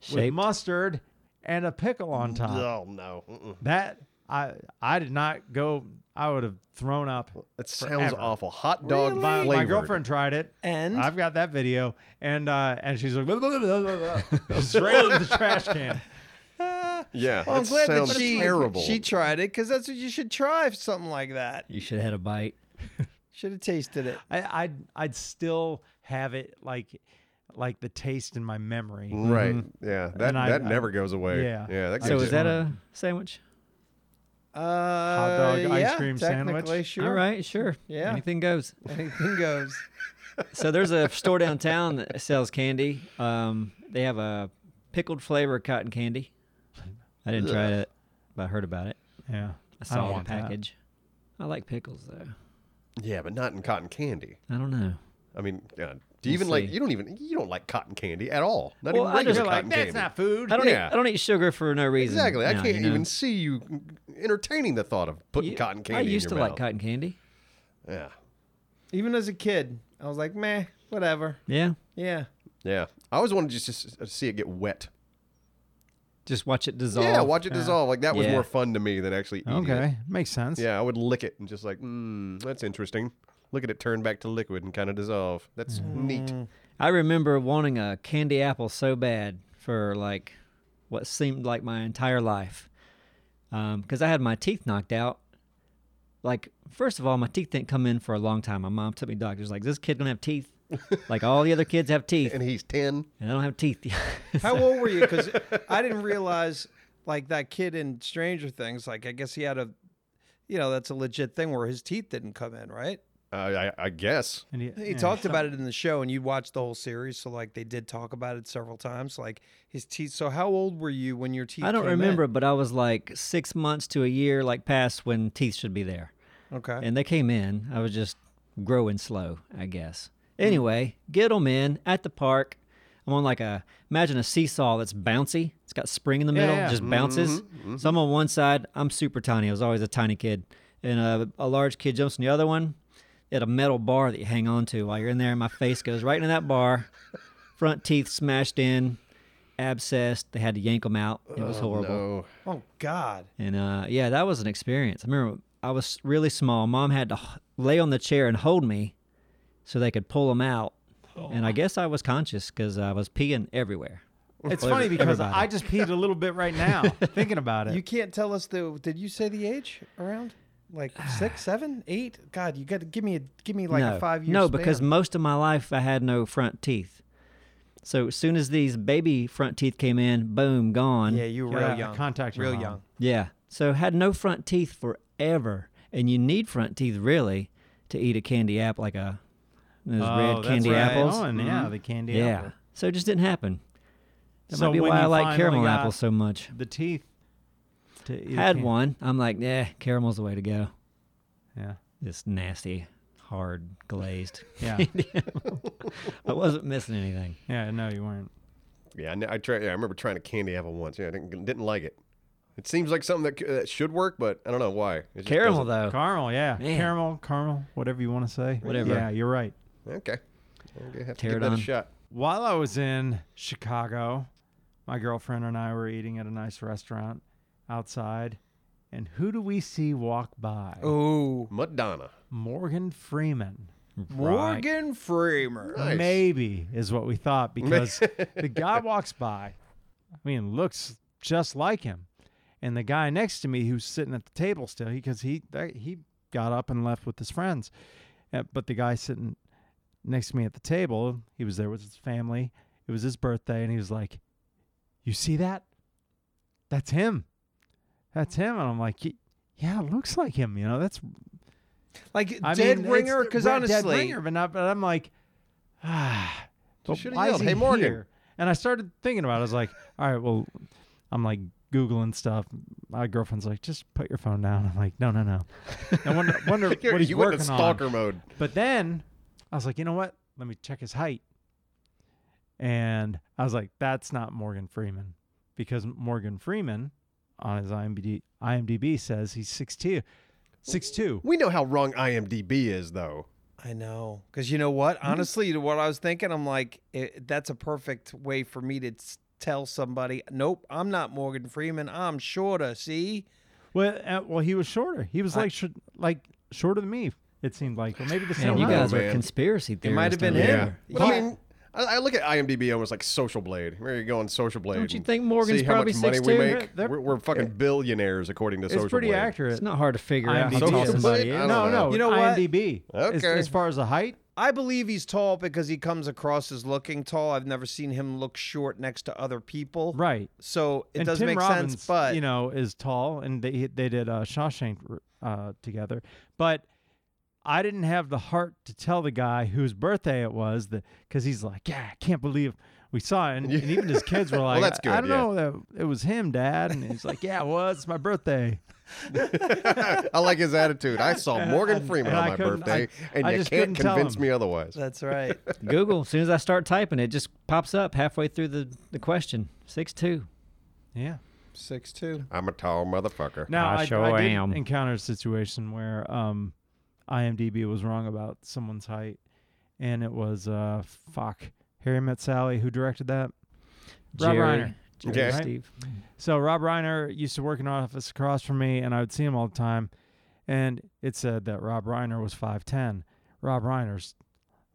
Speaker 3: Shaped.
Speaker 4: mustard and a pickle on top.
Speaker 2: Oh no. Mm-mm.
Speaker 4: That I I did not go. I would have thrown up.
Speaker 2: That sounds
Speaker 4: Forever.
Speaker 2: awful. Hot dog
Speaker 4: My, my
Speaker 2: flavored.
Speaker 4: girlfriend tried it,
Speaker 1: And?
Speaker 4: I've got that video, and uh, and she's like *laughs* blah, blah, blah, blah, blah, straight into the trash can.
Speaker 2: Yeah.
Speaker 1: uh, Well, I'm
Speaker 2: that
Speaker 1: glad that
Speaker 2: sounds
Speaker 1: she
Speaker 2: terrible.
Speaker 1: she tried it because that's what you should try. if Something like that.
Speaker 3: You should have had a bite.
Speaker 1: Should have tasted it.
Speaker 4: I, I'd I'd still have it like like the taste in my memory.
Speaker 2: right. Yeah. That
Speaker 4: And I-
Speaker 2: that
Speaker 4: I-
Speaker 2: never goes away.
Speaker 4: yeah.
Speaker 2: Yeah. That
Speaker 3: So
Speaker 2: gives
Speaker 3: is
Speaker 2: you-
Speaker 3: that a sandwich?
Speaker 1: Uh,
Speaker 4: dog ice
Speaker 1: yeah,
Speaker 4: cream sandwich?
Speaker 1: technically, Sure.
Speaker 3: All right, sure.
Speaker 1: Yeah.
Speaker 3: Anything goes.
Speaker 1: Anything goes.
Speaker 3: so there's a store downtown that sells candy. Um, they have a pickled flavor cotton candy. I didn't try it, but I heard about it. I
Speaker 4: Yeah, don't
Speaker 3: saw the
Speaker 4: want that.
Speaker 3: package. I like pickles though.
Speaker 2: Yeah, but not in cotton candy.
Speaker 3: I don't know.
Speaker 2: I mean, uh, do you even like
Speaker 3: see.
Speaker 2: you don't even you don't like cotton candy at all. Not
Speaker 3: Well,
Speaker 2: even
Speaker 3: I
Speaker 2: regular
Speaker 3: just-
Speaker 2: cotton
Speaker 4: like,
Speaker 2: candy.
Speaker 4: that's not food.
Speaker 3: I don't
Speaker 2: Yeah.
Speaker 3: eat. I don't eat sugar for no reason.
Speaker 2: exactly. I
Speaker 3: now,
Speaker 2: can't
Speaker 3: you know?
Speaker 2: even see you entertaining the thought of putting
Speaker 3: You-
Speaker 2: cotton candy.
Speaker 3: I used
Speaker 2: in
Speaker 3: to
Speaker 2: your
Speaker 3: like
Speaker 2: mouth.
Speaker 3: cotton candy.
Speaker 2: Yeah,
Speaker 1: Even as a kid, I was like, meh, whatever.
Speaker 3: Yeah.
Speaker 1: Yeah.
Speaker 2: yeah. I always wanted just just to see it get wet.
Speaker 3: Just watch it dissolve.
Speaker 2: Yeah, watch it dissolve. Like that was
Speaker 3: Yeah.
Speaker 2: more fun to me than actually eating it.
Speaker 4: Okay, makes sense.
Speaker 2: Yeah, I would lick it and just like, mm, that's interesting. Look at it turn back to liquid and kind of dissolve. That's
Speaker 3: Mm.
Speaker 2: neat.
Speaker 1: Mm.
Speaker 4: *laughs*
Speaker 3: I remember wanting a candy apple so bad for like what seemed like my entire life. Because I had my teeth knocked out. Like, first of all, my teeth didn't come in for a long time. My mom took me to doctors, like, this kid gonna have teeth.
Speaker 2: *laughs*
Speaker 3: like, all the other kids have teeth,
Speaker 2: And he's 10.
Speaker 3: and I don't have teeth. *laughs*
Speaker 1: How old were you? Because I didn't realize, like that kid in Stranger Things. Like I guess he had a, you know, that's a legit thing where his teeth didn't come in, right?
Speaker 2: Uh, I, I guess.
Speaker 4: And you-
Speaker 1: He
Speaker 4: yeah.
Speaker 1: talked about it in the show, and you watched the whole series, so like they did talk about it several times. Like his teeth. So how old were you when your teeth?
Speaker 3: I don't
Speaker 1: came in?
Speaker 3: remember, but I was like six months to a year, like, past when teeth should be there.
Speaker 1: Okay.
Speaker 3: and they came in. I was just growing slow, I guess. Anyway, get them in at the park. I'm on like a imagine a seesaw that's bouncy. It's got spring in the middle,
Speaker 4: yeah.
Speaker 3: just bounces. So I'm on one side. I'm super tiny. I was always a tiny kid, and a, a large kid jumps on the other one. They had a metal bar that you hang on to while you're in there, and my face goes right into that bar. Front teeth smashed in, abscessed. They had to yank them out. It was horrible.
Speaker 2: No.
Speaker 1: oh God.
Speaker 3: And uh, yeah, that was an experience. I remember I was really small. Mom had to h- lay on the chair and hold me so they could pull them out.
Speaker 4: Oh,
Speaker 3: And I guess I was conscious because I was peeing everywhere.
Speaker 4: It's funny because
Speaker 3: Everybody.
Speaker 4: I just peed a little bit
Speaker 3: *laughs*
Speaker 4: right now thinking about it.
Speaker 1: You can't tell us the. Did you say the age around?
Speaker 3: *sighs*
Speaker 1: Like six, seven, eight? God, you got to give me a give me like
Speaker 3: no,
Speaker 1: a five year.
Speaker 3: no, because
Speaker 1: span.
Speaker 3: most of my life I had no front teeth. So as soon as these baby front teeth came in, boom, gone.
Speaker 1: yeah, you were
Speaker 4: Yeah,
Speaker 1: real young.
Speaker 4: contact your
Speaker 1: real
Speaker 4: mom.
Speaker 1: young.
Speaker 3: Yeah. So had no front teeth forever, and you need front teeth really to eat a candy apple, like a those
Speaker 4: Oh,
Speaker 3: red
Speaker 4: that's
Speaker 3: candy
Speaker 4: where I'm
Speaker 3: apples. Mm-hmm.
Speaker 4: going. Yeah, the candy
Speaker 3: yeah.
Speaker 4: apple.
Speaker 3: So it just didn't happen. That
Speaker 4: So
Speaker 3: might be
Speaker 4: when
Speaker 3: why I
Speaker 4: you
Speaker 3: like
Speaker 4: finally
Speaker 3: caramel
Speaker 4: got
Speaker 3: apples so much.
Speaker 4: The teeth. To eat a
Speaker 3: Had
Speaker 4: can-
Speaker 3: one. I'm like, yeah, caramel's the way to go.
Speaker 4: Yeah.
Speaker 3: This nasty, hard, glazed. *laughs*
Speaker 4: Yeah.
Speaker 3: I wasn't missing anything.
Speaker 4: yeah. No, you weren't.
Speaker 2: Yeah, I, kn- I try, yeah, I remember trying a candy apple once. Yeah, I didn't, didn't like it. It seems like something that, c- that should work, but I don't know why. It just
Speaker 3: Caramel
Speaker 2: doesn't-
Speaker 3: though.
Speaker 4: Caramel. Yeah.
Speaker 3: Oh. Man.
Speaker 4: Caramel. Caramel. Whatever you want to say.
Speaker 3: Whatever.
Speaker 4: Yeah, you're right.
Speaker 2: Okay. I'm gonna have to give that a
Speaker 3: Pterodon.
Speaker 2: shot.
Speaker 4: While I was in Chicago, my girlfriend and I were eating at a nice restaurant outside, and who do we see walk by?
Speaker 1: Oh,
Speaker 2: Madonna.
Speaker 4: Morgan Freeman.
Speaker 1: Morgan Freeman.
Speaker 2: Nice.
Speaker 4: Maybe is what
Speaker 3: *laughs*
Speaker 4: we thought because the guy walks by. I mean, looks just like him. And the guy next to me who's sitting at the table still, because he they- he got up and left with his friends. Uh, But the guy sitting next to me at the table, he was there with his family. It was his birthday, and he was like, "You see that? That's him. That's him." And I'm like, "Ye- "Yeah, it looks like him. You know, that's
Speaker 1: Like
Speaker 4: I
Speaker 1: dead
Speaker 4: mean, it's
Speaker 1: ringer,
Speaker 4: the-
Speaker 1: because
Speaker 4: right, dead
Speaker 1: honestly,
Speaker 4: ringer, but not. But I'm like, *sighs* ah, but
Speaker 2: should've
Speaker 4: why is
Speaker 2: yelled,
Speaker 4: he
Speaker 2: "Hey, Morgan."
Speaker 4: here? And I started thinking about. it. I was like, *laughs* all right, well, I'm like googling stuff. My girlfriend's like, just put your phone down. I'm like, no, no, no. I *laughs* wonder, wonder
Speaker 2: *laughs* You're-
Speaker 4: what he's
Speaker 2: you went
Speaker 4: working
Speaker 2: in stalker
Speaker 4: on.
Speaker 2: mode.
Speaker 4: But then I was like, you know what? Let me check his height. And I was like, that's not Morgan Freeman because Morgan Freeman on his IMDb, IMDb says he's 6'2. 6'2.
Speaker 2: We know how wrong IMDb is, though.
Speaker 1: I know. Because you know what?
Speaker 3: Mm-hmm.
Speaker 1: Honestly, to what I was thinking, I'm like, it, that's a perfect way for me to s- tell somebody, nope, I'm not Morgan Freeman. I'm shorter. See?
Speaker 4: Well, uh, well, he was shorter. He was like sh- like shorter than me. It seemed like, or maybe the same.
Speaker 3: Man, you
Speaker 2: know,
Speaker 4: height.
Speaker 3: guys are
Speaker 2: man.
Speaker 3: conspiracy theorists.
Speaker 1: might have been
Speaker 3: over
Speaker 1: him.
Speaker 3: here.
Speaker 1: Yeah.
Speaker 2: But I mean, I, I look at IMDb almost like Social Blade. Where you go on Social Blade?
Speaker 3: Don't you
Speaker 2: and
Speaker 3: think Morgan's
Speaker 2: see how
Speaker 3: probably
Speaker 2: much money
Speaker 3: 6'2"?
Speaker 2: we make?
Speaker 4: They're-
Speaker 2: We're, we're fucking billionaires according to
Speaker 4: It's
Speaker 2: Social
Speaker 4: pretty
Speaker 2: Blade.
Speaker 4: accurate.
Speaker 3: It's not hard to figure out
Speaker 2: IMDb.
Speaker 3: how tall
Speaker 2: Social
Speaker 3: somebody
Speaker 2: blade?
Speaker 3: is.
Speaker 2: I don't
Speaker 4: no,
Speaker 2: know.
Speaker 4: no.
Speaker 1: You know what?
Speaker 4: IMDb. As,
Speaker 2: Okay.
Speaker 4: as far as the height,
Speaker 1: I believe he's tall because he comes across as looking tall. I've never seen him look short next to other people.
Speaker 4: right?
Speaker 1: So it
Speaker 4: and
Speaker 1: does
Speaker 4: Tim
Speaker 1: make
Speaker 4: Robbins,
Speaker 1: sense, but
Speaker 4: you know, is tall, and they they did uh, Shawshank uh, together. But I didn't have the heart to tell the guy whose birthday it was that because he's like, yeah, I can't believe we saw it, and, and even his kids were like,
Speaker 2: that's
Speaker 4: I, I
Speaker 2: good,
Speaker 4: don't
Speaker 2: yeah.
Speaker 4: know that it was him, Dad. And he's like, Yeah, well, it's my
Speaker 3: *laughs*
Speaker 4: birthday.
Speaker 2: *laughs* I like his attitude. I saw Morgan Freeman
Speaker 4: *laughs* and
Speaker 2: on
Speaker 4: I
Speaker 2: my
Speaker 4: couldn't-
Speaker 2: birthday,
Speaker 4: I-
Speaker 2: and
Speaker 4: I
Speaker 2: you
Speaker 4: just
Speaker 2: can't
Speaker 4: couldn't tell
Speaker 2: convince
Speaker 4: him.
Speaker 2: me otherwise.
Speaker 4: *laughs*
Speaker 5: That's right.
Speaker 3: Google. As soon as I start typing, it just pops up halfway through the, the question. Six two.
Speaker 4: Yeah.
Speaker 5: Six two.
Speaker 2: I'm a tall motherfucker.
Speaker 4: Now
Speaker 3: I
Speaker 4: I,
Speaker 3: sure
Speaker 4: I did
Speaker 3: am.
Speaker 4: encounter a situation where um, IMDb was wrong about someone's height, and it was uh, fuck Harry Met Sally who directed that. Rob Reiner.
Speaker 3: Jerry
Speaker 2: Yeah.
Speaker 3: Steve.
Speaker 4: So Rob Reiner used to work in an office across from me, and I would see him all the time. And it said that Rob Reiner was five ten. Rob Reiner's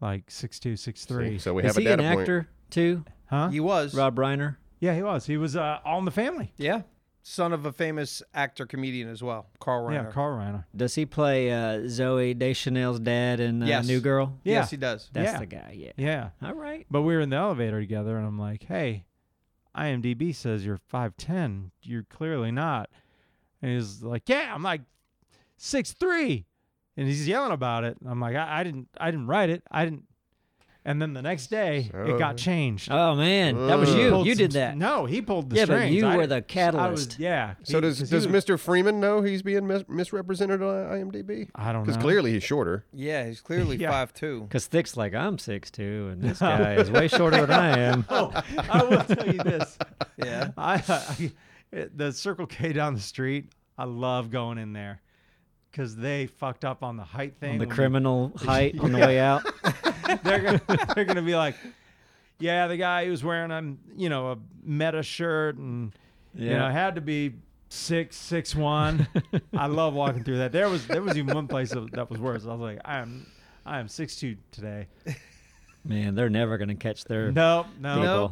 Speaker 4: like six two, six three.
Speaker 2: See, So we
Speaker 3: Is
Speaker 2: have a
Speaker 3: he an
Speaker 2: data point.
Speaker 3: actor too?
Speaker 4: Huh?
Speaker 5: He was.
Speaker 3: Rob Reiner.
Speaker 4: Yeah, he was. He was uh, all in the family.
Speaker 5: Yeah. Son of a famous actor comedian as well, Carl Reiner.
Speaker 4: Yeah, Carl Reiner.
Speaker 3: Does he play uh, Zoe Deschanel's dad in uh,
Speaker 5: Yes.
Speaker 3: New Girl?
Speaker 4: Yeah.
Speaker 5: Yes, he does.
Speaker 3: That's
Speaker 4: Yeah.
Speaker 3: the guy. Yeah.
Speaker 4: Yeah.
Speaker 3: All right.
Speaker 4: But we were in the elevator together, and I'm like, "Hey, IMDb says you're five ten. You're clearly not." And he's like, "Yeah." I'm like, six three, and he's yelling about it. I'm like, I, "I didn't, I didn't write it. I didn't." And then the next day, it
Speaker 2: Oh.
Speaker 4: got changed.
Speaker 3: Oh man, that was
Speaker 2: Ugh.
Speaker 4: He
Speaker 3: you.
Speaker 4: pulled
Speaker 3: You
Speaker 4: some
Speaker 3: did
Speaker 4: st-
Speaker 3: that.
Speaker 4: No, he pulled the
Speaker 3: Yeah, but
Speaker 4: strings.
Speaker 3: you
Speaker 4: I
Speaker 3: were
Speaker 4: didn't-
Speaker 3: the
Speaker 4: I was-
Speaker 3: catalyst.
Speaker 4: yeah.
Speaker 2: So
Speaker 4: he-
Speaker 2: does
Speaker 4: 'cause he
Speaker 2: does
Speaker 4: was-
Speaker 2: Mr. Freeman know he's being mis- misrepresented on uh, IMDb?
Speaker 4: I don't know.
Speaker 2: Because
Speaker 4: *laughs*
Speaker 2: clearly he's shorter.
Speaker 5: Yeah, he's clearly
Speaker 4: Yeah.
Speaker 5: five
Speaker 4: *laughs*
Speaker 5: two.
Speaker 3: Because Thick's like I'm six two, and this guy is way shorter than I
Speaker 4: *laughs*
Speaker 3: am.
Speaker 4: Oh, I will tell you this.
Speaker 5: Yeah.
Speaker 4: I, *laughs* I it- the Circle K down the street. I love going in there because they fucked up on the height thing.
Speaker 3: On the
Speaker 4: when you- *laughs*
Speaker 3: criminal height on the way out.
Speaker 4: They're gonna, they're gonna be like, yeah, the guy who was wearing a you know a meta shirt and you
Speaker 3: Yeah.
Speaker 4: know had to be six six one. I love walking through that. There was there was even one place that that was worse. I was like, I am I am six two today.
Speaker 3: Man, they're never gonna catch their
Speaker 4: Nope, no,
Speaker 3: people.
Speaker 4: no.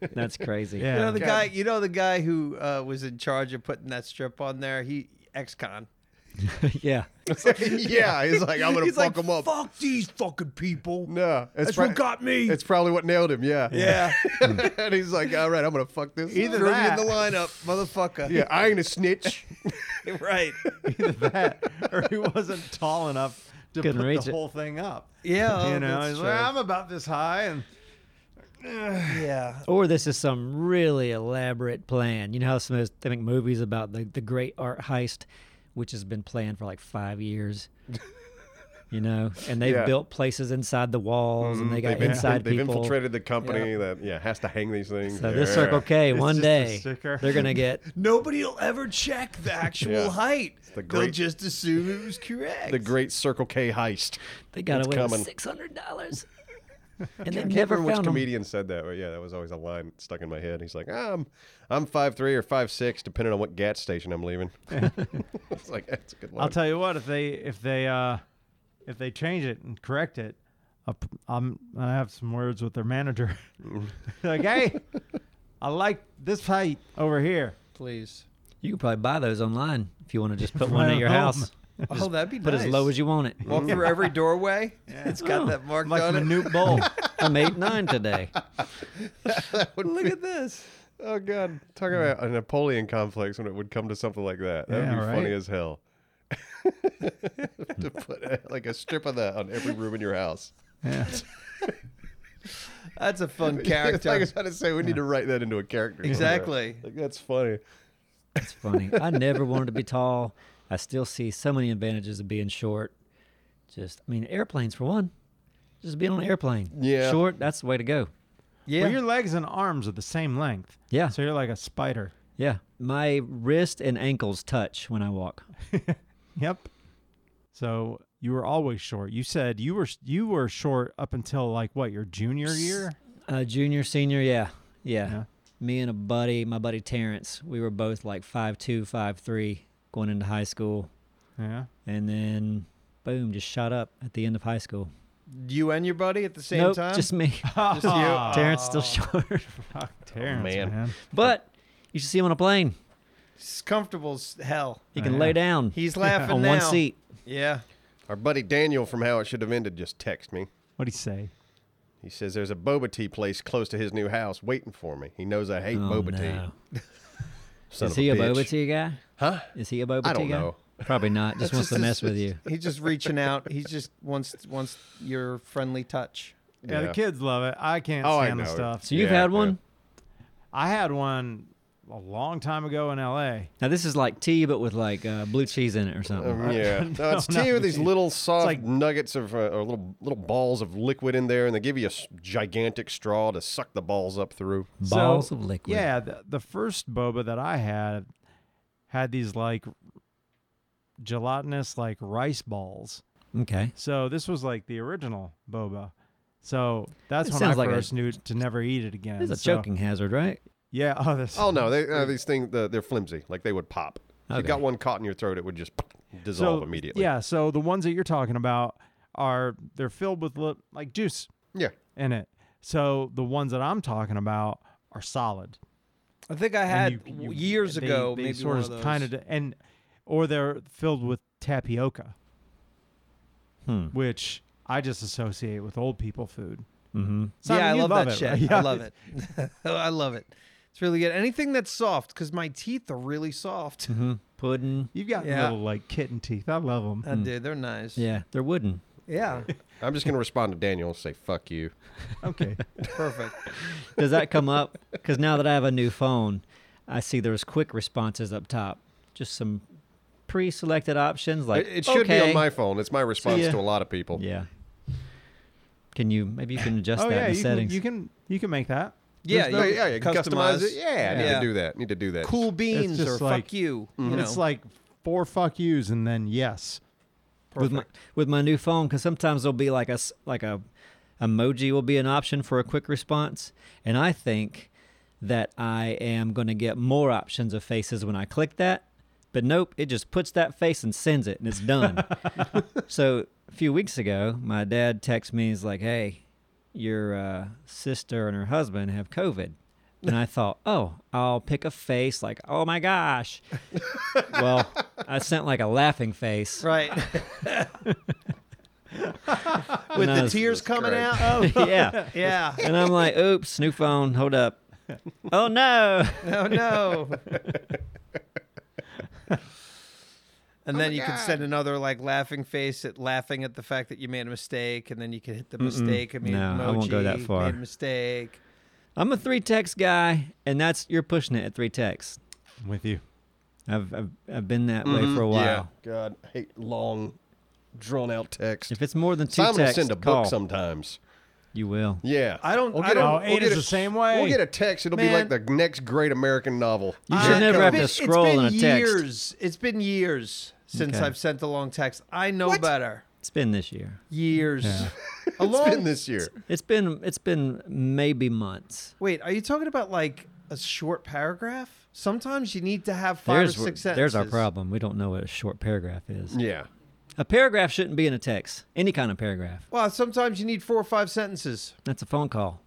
Speaker 4: *laughs*
Speaker 3: That's crazy.
Speaker 4: Yeah.
Speaker 5: You know the
Speaker 4: God.
Speaker 5: guy. You know the guy who uh, was in charge of putting that strip on there. He ex-con.
Speaker 3: *laughs* yeah.
Speaker 2: *laughs* yeah, he's like,
Speaker 1: *laughs*
Speaker 2: I'm gonna
Speaker 5: He's
Speaker 2: fuck
Speaker 5: like,
Speaker 2: him up.
Speaker 5: Fuck these fucking people.
Speaker 2: No, it's
Speaker 5: That's what got me.
Speaker 2: It's probably what nailed him. Yeah,
Speaker 4: *laughs*
Speaker 5: yeah.
Speaker 2: *laughs* and he's like, all right, I'm gonna fuck this.
Speaker 5: Either
Speaker 2: Either
Speaker 5: Threw
Speaker 4: that-
Speaker 5: me in the lineup, motherfucker.
Speaker 2: yeah, I ain't a snitch.
Speaker 5: *laughs* Right.
Speaker 4: *laughs* that, or he wasn't tall enough to
Speaker 3: Couldn't
Speaker 4: put
Speaker 3: reach
Speaker 4: the
Speaker 3: it.
Speaker 4: whole thing up.
Speaker 5: Yeah.
Speaker 4: *laughs* you
Speaker 5: Oh,
Speaker 4: know,
Speaker 5: that's
Speaker 4: he's
Speaker 5: true.
Speaker 4: like, I'm about this high, and
Speaker 5: yeah.
Speaker 3: Or this is some really elaborate plan. You know how some of those, they make movies about the, the great art heist, which has been planned for like
Speaker 2: *laughs*
Speaker 3: five years. you know, and they've
Speaker 2: Yeah. Mm,
Speaker 3: built places inside the walls, and they got
Speaker 2: They've in- *laughs*
Speaker 3: inside
Speaker 2: they've
Speaker 3: people.
Speaker 2: infiltrated the company that yeah has to hang these things.
Speaker 3: So this
Speaker 2: Yeah.
Speaker 3: Circle K,
Speaker 4: It's
Speaker 3: one
Speaker 4: just a
Speaker 3: day
Speaker 4: sticker.
Speaker 3: they're gonna get
Speaker 5: Nobody will ever check the actual
Speaker 2: Yeah.
Speaker 5: height.
Speaker 2: the
Speaker 5: They'll
Speaker 2: great-
Speaker 5: just assume it was correct.
Speaker 2: the great Circle K heist. *laughs*
Speaker 3: they got
Speaker 2: It's
Speaker 3: away
Speaker 2: coming.
Speaker 3: with six hundred dollars,
Speaker 2: *laughs*
Speaker 3: and they
Speaker 2: I can't
Speaker 3: never
Speaker 2: remember which
Speaker 3: found them.
Speaker 2: comedian said that, but yeah, that was always a line stuck in my head. He's like, ah, I'm I'm five three or five six, depending on what gas station I'm leaving. it's like that's a good one. *laughs*
Speaker 4: I'll tell you what if they if they uh if they change it and correct it, I'll, p- I'm I have some words with their manager. *laughs* like, hey, I like this height over here.
Speaker 5: Please.
Speaker 3: You could probably buy those online if you want to just put one at your
Speaker 2: *laughs*
Speaker 4: Home.
Speaker 3: house.
Speaker 5: Oh, that'd be
Speaker 3: Put
Speaker 5: nice.
Speaker 3: as low as you want it.
Speaker 5: Walk through every doorway. It's got that marked
Speaker 4: Like
Speaker 5: on it.
Speaker 4: Manute Bowl.
Speaker 3: *laughs* I made
Speaker 2: *laughs*
Speaker 3: nine today.
Speaker 5: Look at this.
Speaker 2: Oh God, talking about a Napoleon complex when it would come to something like that. That would
Speaker 4: Yeah,
Speaker 2: be
Speaker 4: right?
Speaker 2: funny as hell. *laughs* to put a, like a strip of that on every room in your house.
Speaker 4: Yeah.
Speaker 5: That's a *laughs* fun
Speaker 2: like I
Speaker 5: character.
Speaker 2: was about to say, we need to write that into a character. somewhere.
Speaker 5: Exactly.
Speaker 2: Like that's funny.
Speaker 3: It's funny. I never wanted to be tall. I still see so many advantages of being short. Just, I mean, airplanes for one. Just being on an airplane.
Speaker 2: Yeah.
Speaker 3: Short, that's the way to go.
Speaker 5: Yeah.
Speaker 4: Well, your legs and arms are the same length.
Speaker 3: Yeah.
Speaker 4: So you're like a spider.
Speaker 3: Yeah. My wrist and ankles touch when I walk.
Speaker 4: Yep. So you were always short. You said you were you were short up until like what your junior year.
Speaker 3: Uh, junior, senior, yeah. yeah.
Speaker 4: Yeah.
Speaker 3: Me and a buddy, my buddy Terrence, we were both like five two, five three, going into high school.
Speaker 4: Yeah.
Speaker 3: And then, boom, just shot up at the end of high school.
Speaker 5: you and your buddy at the same
Speaker 3: nope,
Speaker 5: time?
Speaker 3: just me.
Speaker 5: Just you?
Speaker 4: *laughs*
Speaker 3: Terrence still short. *laughs*
Speaker 4: Fuck Terrence,
Speaker 2: man.
Speaker 4: Oh, man.
Speaker 3: but you should see him on a plane.
Speaker 5: It's comfortable as hell.
Speaker 3: He can
Speaker 4: Yeah.
Speaker 3: lay down
Speaker 5: He's laughing
Speaker 3: on
Speaker 5: now.
Speaker 3: one seat.
Speaker 5: Yeah.
Speaker 2: Our buddy Daniel from How It Should Have Ended just texted me.
Speaker 4: What'd he say?
Speaker 2: He says there's a boba tea place close to his new house waiting for me. He knows I hate
Speaker 3: Oh,
Speaker 2: boba
Speaker 3: no.
Speaker 2: tea. Son
Speaker 3: Is
Speaker 2: of
Speaker 3: he a
Speaker 2: bitch.
Speaker 3: boba tea guy?
Speaker 2: Huh?
Speaker 3: Is he a boba
Speaker 2: I
Speaker 3: tea
Speaker 2: don't
Speaker 3: guy?
Speaker 2: know. *laughs*
Speaker 3: Probably not. Just wants to mess with you.
Speaker 5: He's just reaching out. He just wants wants your friendly touch.
Speaker 4: Yeah, the
Speaker 2: Yeah.
Speaker 4: kids love it. I can't
Speaker 2: Oh, I
Speaker 4: stand the
Speaker 2: know.
Speaker 4: stuff.
Speaker 3: So you've
Speaker 2: Yeah,
Speaker 3: had one.
Speaker 2: yeah.
Speaker 4: I had one a long time ago in L.A.
Speaker 3: Now this is like tea, but with like uh, blue cheese in it or something.
Speaker 2: Um,
Speaker 3: *laughs*
Speaker 2: yeah, no, it's
Speaker 4: no,
Speaker 2: tea with these little soft
Speaker 4: like-
Speaker 2: nuggets of uh, or little little balls of liquid in there, and they give you a s- gigantic straw to suck the balls up
Speaker 3: *laughs*
Speaker 2: through.
Speaker 3: Balls
Speaker 4: So,
Speaker 3: of liquid.
Speaker 4: Yeah, the, the first boba that I had had these like gelatinous like rice balls.
Speaker 3: Okay.
Speaker 4: So this was like the original boba. So that's
Speaker 3: It
Speaker 4: when I
Speaker 3: sounds like a-
Speaker 4: first knew to never eat it again.
Speaker 3: It's a
Speaker 4: So-
Speaker 3: choking hazard, right?
Speaker 4: Yeah. Oh, this. *laughs*
Speaker 2: Oh no, they, uh, these things the, they're flimsy. Like they would pop. If
Speaker 3: Okay.
Speaker 2: you got one caught in your throat, it would just *clears throat* dissolve immediately.
Speaker 4: Yeah. So the ones that you're talking about are they're filled with li- like juice
Speaker 2: yeah.
Speaker 4: in it. So the ones that I'm talking about are solid.
Speaker 1: I think I had
Speaker 4: And you- you-
Speaker 1: years
Speaker 4: they-
Speaker 1: ago.
Speaker 4: they
Speaker 1: maybe
Speaker 4: sort
Speaker 1: one
Speaker 4: of
Speaker 1: of those.
Speaker 4: kind of and or they're filled with tapioca,
Speaker 3: Hmm.
Speaker 4: which I just associate with old people food.
Speaker 3: Mm-hmm.
Speaker 4: Simon,
Speaker 1: yeah, I
Speaker 4: you
Speaker 1: love, that
Speaker 4: it,
Speaker 1: shit.
Speaker 4: right?
Speaker 1: I
Speaker 4: Yeah.
Speaker 1: love it. *laughs* I love it. It's really good. Anything that's soft, because my teeth are really soft.
Speaker 3: Mm-hmm. Pudding.
Speaker 4: *laughs* You've got
Speaker 1: Yeah.
Speaker 4: little like kitten teeth. I love
Speaker 1: *laughs*
Speaker 4: them.
Speaker 1: Uh, dude, they're nice.
Speaker 3: Yeah, they're wooden.
Speaker 1: Yeah.
Speaker 2: I'm just gonna respond to Daniel and say fuck you.
Speaker 4: Okay.
Speaker 1: *laughs* Perfect.
Speaker 3: Does that
Speaker 2: *laughs*
Speaker 3: come up? Because now that I have a new phone, I see there's quick responses up top. Just some pre-selected options like
Speaker 2: it, it should be
Speaker 3: okay.
Speaker 2: on my phone. It's my response
Speaker 3: ya.
Speaker 2: to a lot of people.
Speaker 3: Yeah. Can you maybe you can adjust
Speaker 4: oh
Speaker 3: that
Speaker 4: yeah,
Speaker 3: in the
Speaker 4: you can,
Speaker 3: settings?
Speaker 4: you can you can make that.
Speaker 1: Yeah.
Speaker 2: Yeah,
Speaker 1: you
Speaker 2: yeah, yeah. Customize, it. Yeah, I need
Speaker 1: Yeah.
Speaker 2: to do that. Need to do that.
Speaker 1: Cool beans
Speaker 4: just
Speaker 1: or
Speaker 4: like-
Speaker 1: fuck you. You
Speaker 4: And
Speaker 1: know.
Speaker 4: It's like four fuck yous and then yes.
Speaker 3: with my with my new phone because sometimes there'll be like a s- like a emoji will be an option for a quick response, and I think that I am going to get more options of faces when I click that. But nope, it just puts that face and sends it, and
Speaker 1: *laughs*
Speaker 3: it's done. so a few weeks ago, my dad texts me. He's like, "Hey, your uh, sister and her husband have COVID." And I thought, oh, I'll pick a face like, oh my
Speaker 1: *laughs*
Speaker 3: gosh. well, I sent like a laughing face.
Speaker 1: right. With the
Speaker 3: Jesus
Speaker 1: tears coming
Speaker 2: Christ.
Speaker 1: out. *laughs* Oh,
Speaker 3: *laughs* yeah.
Speaker 1: yeah.
Speaker 3: And I'm like, oops, new phone,
Speaker 2: *laughs*
Speaker 3: hold up. Oh no.
Speaker 1: Oh no. And
Speaker 2: Oh
Speaker 1: then
Speaker 2: my
Speaker 1: you can send another like laughing face at laughing at the fact that you made a mistake, and then you can hit the mistake. I mean,
Speaker 3: No, I won't go that far.
Speaker 1: Made a mistake.
Speaker 3: I'm a three text guy, and that's you're pushing it at three texts.
Speaker 4: I'm with you.
Speaker 3: I've I've, I've been that way for a while.
Speaker 2: Mm-hmm. Yeah. God, I hate long, drawn out text.
Speaker 3: If it's more than two
Speaker 2: Simon will
Speaker 3: texts,
Speaker 2: send a
Speaker 3: call.
Speaker 2: book sometimes.
Speaker 3: you will.
Speaker 2: Yeah,
Speaker 1: I don't-
Speaker 2: We'll
Speaker 1: I
Speaker 2: get a-
Speaker 1: don't-
Speaker 4: Oh, eight
Speaker 2: get
Speaker 4: is
Speaker 2: a-
Speaker 4: the same way.
Speaker 2: We'll get a text. It'll be like the next great American novel.
Speaker 3: You should
Speaker 1: I-
Speaker 3: never have
Speaker 1: Uh, it's
Speaker 3: to
Speaker 1: been-
Speaker 3: scroll in
Speaker 1: it's been
Speaker 3: a text.
Speaker 1: Years. It's been years since
Speaker 3: Okay.
Speaker 1: I've sent a long text. I know better.
Speaker 3: It's been this year.
Speaker 1: Years. A
Speaker 2: It's
Speaker 1: long.
Speaker 2: been this year.
Speaker 3: It's been it's been maybe months.
Speaker 1: Wait, are you talking about like a short paragraph? Sometimes you need to have five
Speaker 3: There's
Speaker 1: or six
Speaker 3: wh-
Speaker 1: sentences.
Speaker 3: there's our problem. We don't know what a short paragraph is.
Speaker 2: Yeah.
Speaker 3: A paragraph shouldn't be in a text. Any kind of paragraph.
Speaker 1: Well, sometimes you need four or five sentences.
Speaker 3: That's a
Speaker 2: *laughs*
Speaker 3: phone call.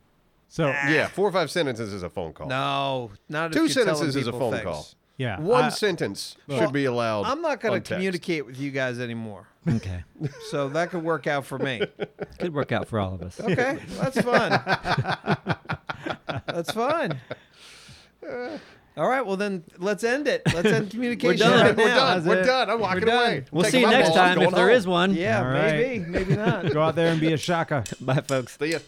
Speaker 4: So
Speaker 1: Ah.
Speaker 2: Yeah, four or five sentences is a phone call.
Speaker 1: No, not if
Speaker 2: Oh. Two
Speaker 1: you're telling
Speaker 2: sentences is a
Speaker 1: people
Speaker 2: phone
Speaker 1: things.
Speaker 2: call.
Speaker 4: yeah,
Speaker 2: One
Speaker 4: I-
Speaker 2: sentence
Speaker 1: Well,
Speaker 2: should be allowed.
Speaker 1: I'm not going
Speaker 2: on
Speaker 1: to
Speaker 2: text.
Speaker 1: communicate with you guys anymore,
Speaker 3: Okay.
Speaker 1: so that could work out for me.
Speaker 3: Could work out for all of us.
Speaker 1: Okay, that's fine. that's fine. All right, well then let's end it. Let's end communication.
Speaker 3: done.
Speaker 1: Right
Speaker 2: *laughs* We're
Speaker 1: now.
Speaker 2: done. We're
Speaker 4: it.
Speaker 2: done. I'm walking
Speaker 1: done.
Speaker 2: away.
Speaker 3: We'll
Speaker 2: Taking
Speaker 3: see you
Speaker 2: my
Speaker 3: next
Speaker 2: balls, I'm
Speaker 3: time if
Speaker 2: going
Speaker 3: there is
Speaker 2: home.
Speaker 3: one.
Speaker 1: Yeah,
Speaker 4: All right.
Speaker 1: maybe, maybe not.
Speaker 4: go out there and be a shaka.
Speaker 3: Bye, folks.
Speaker 2: See ya.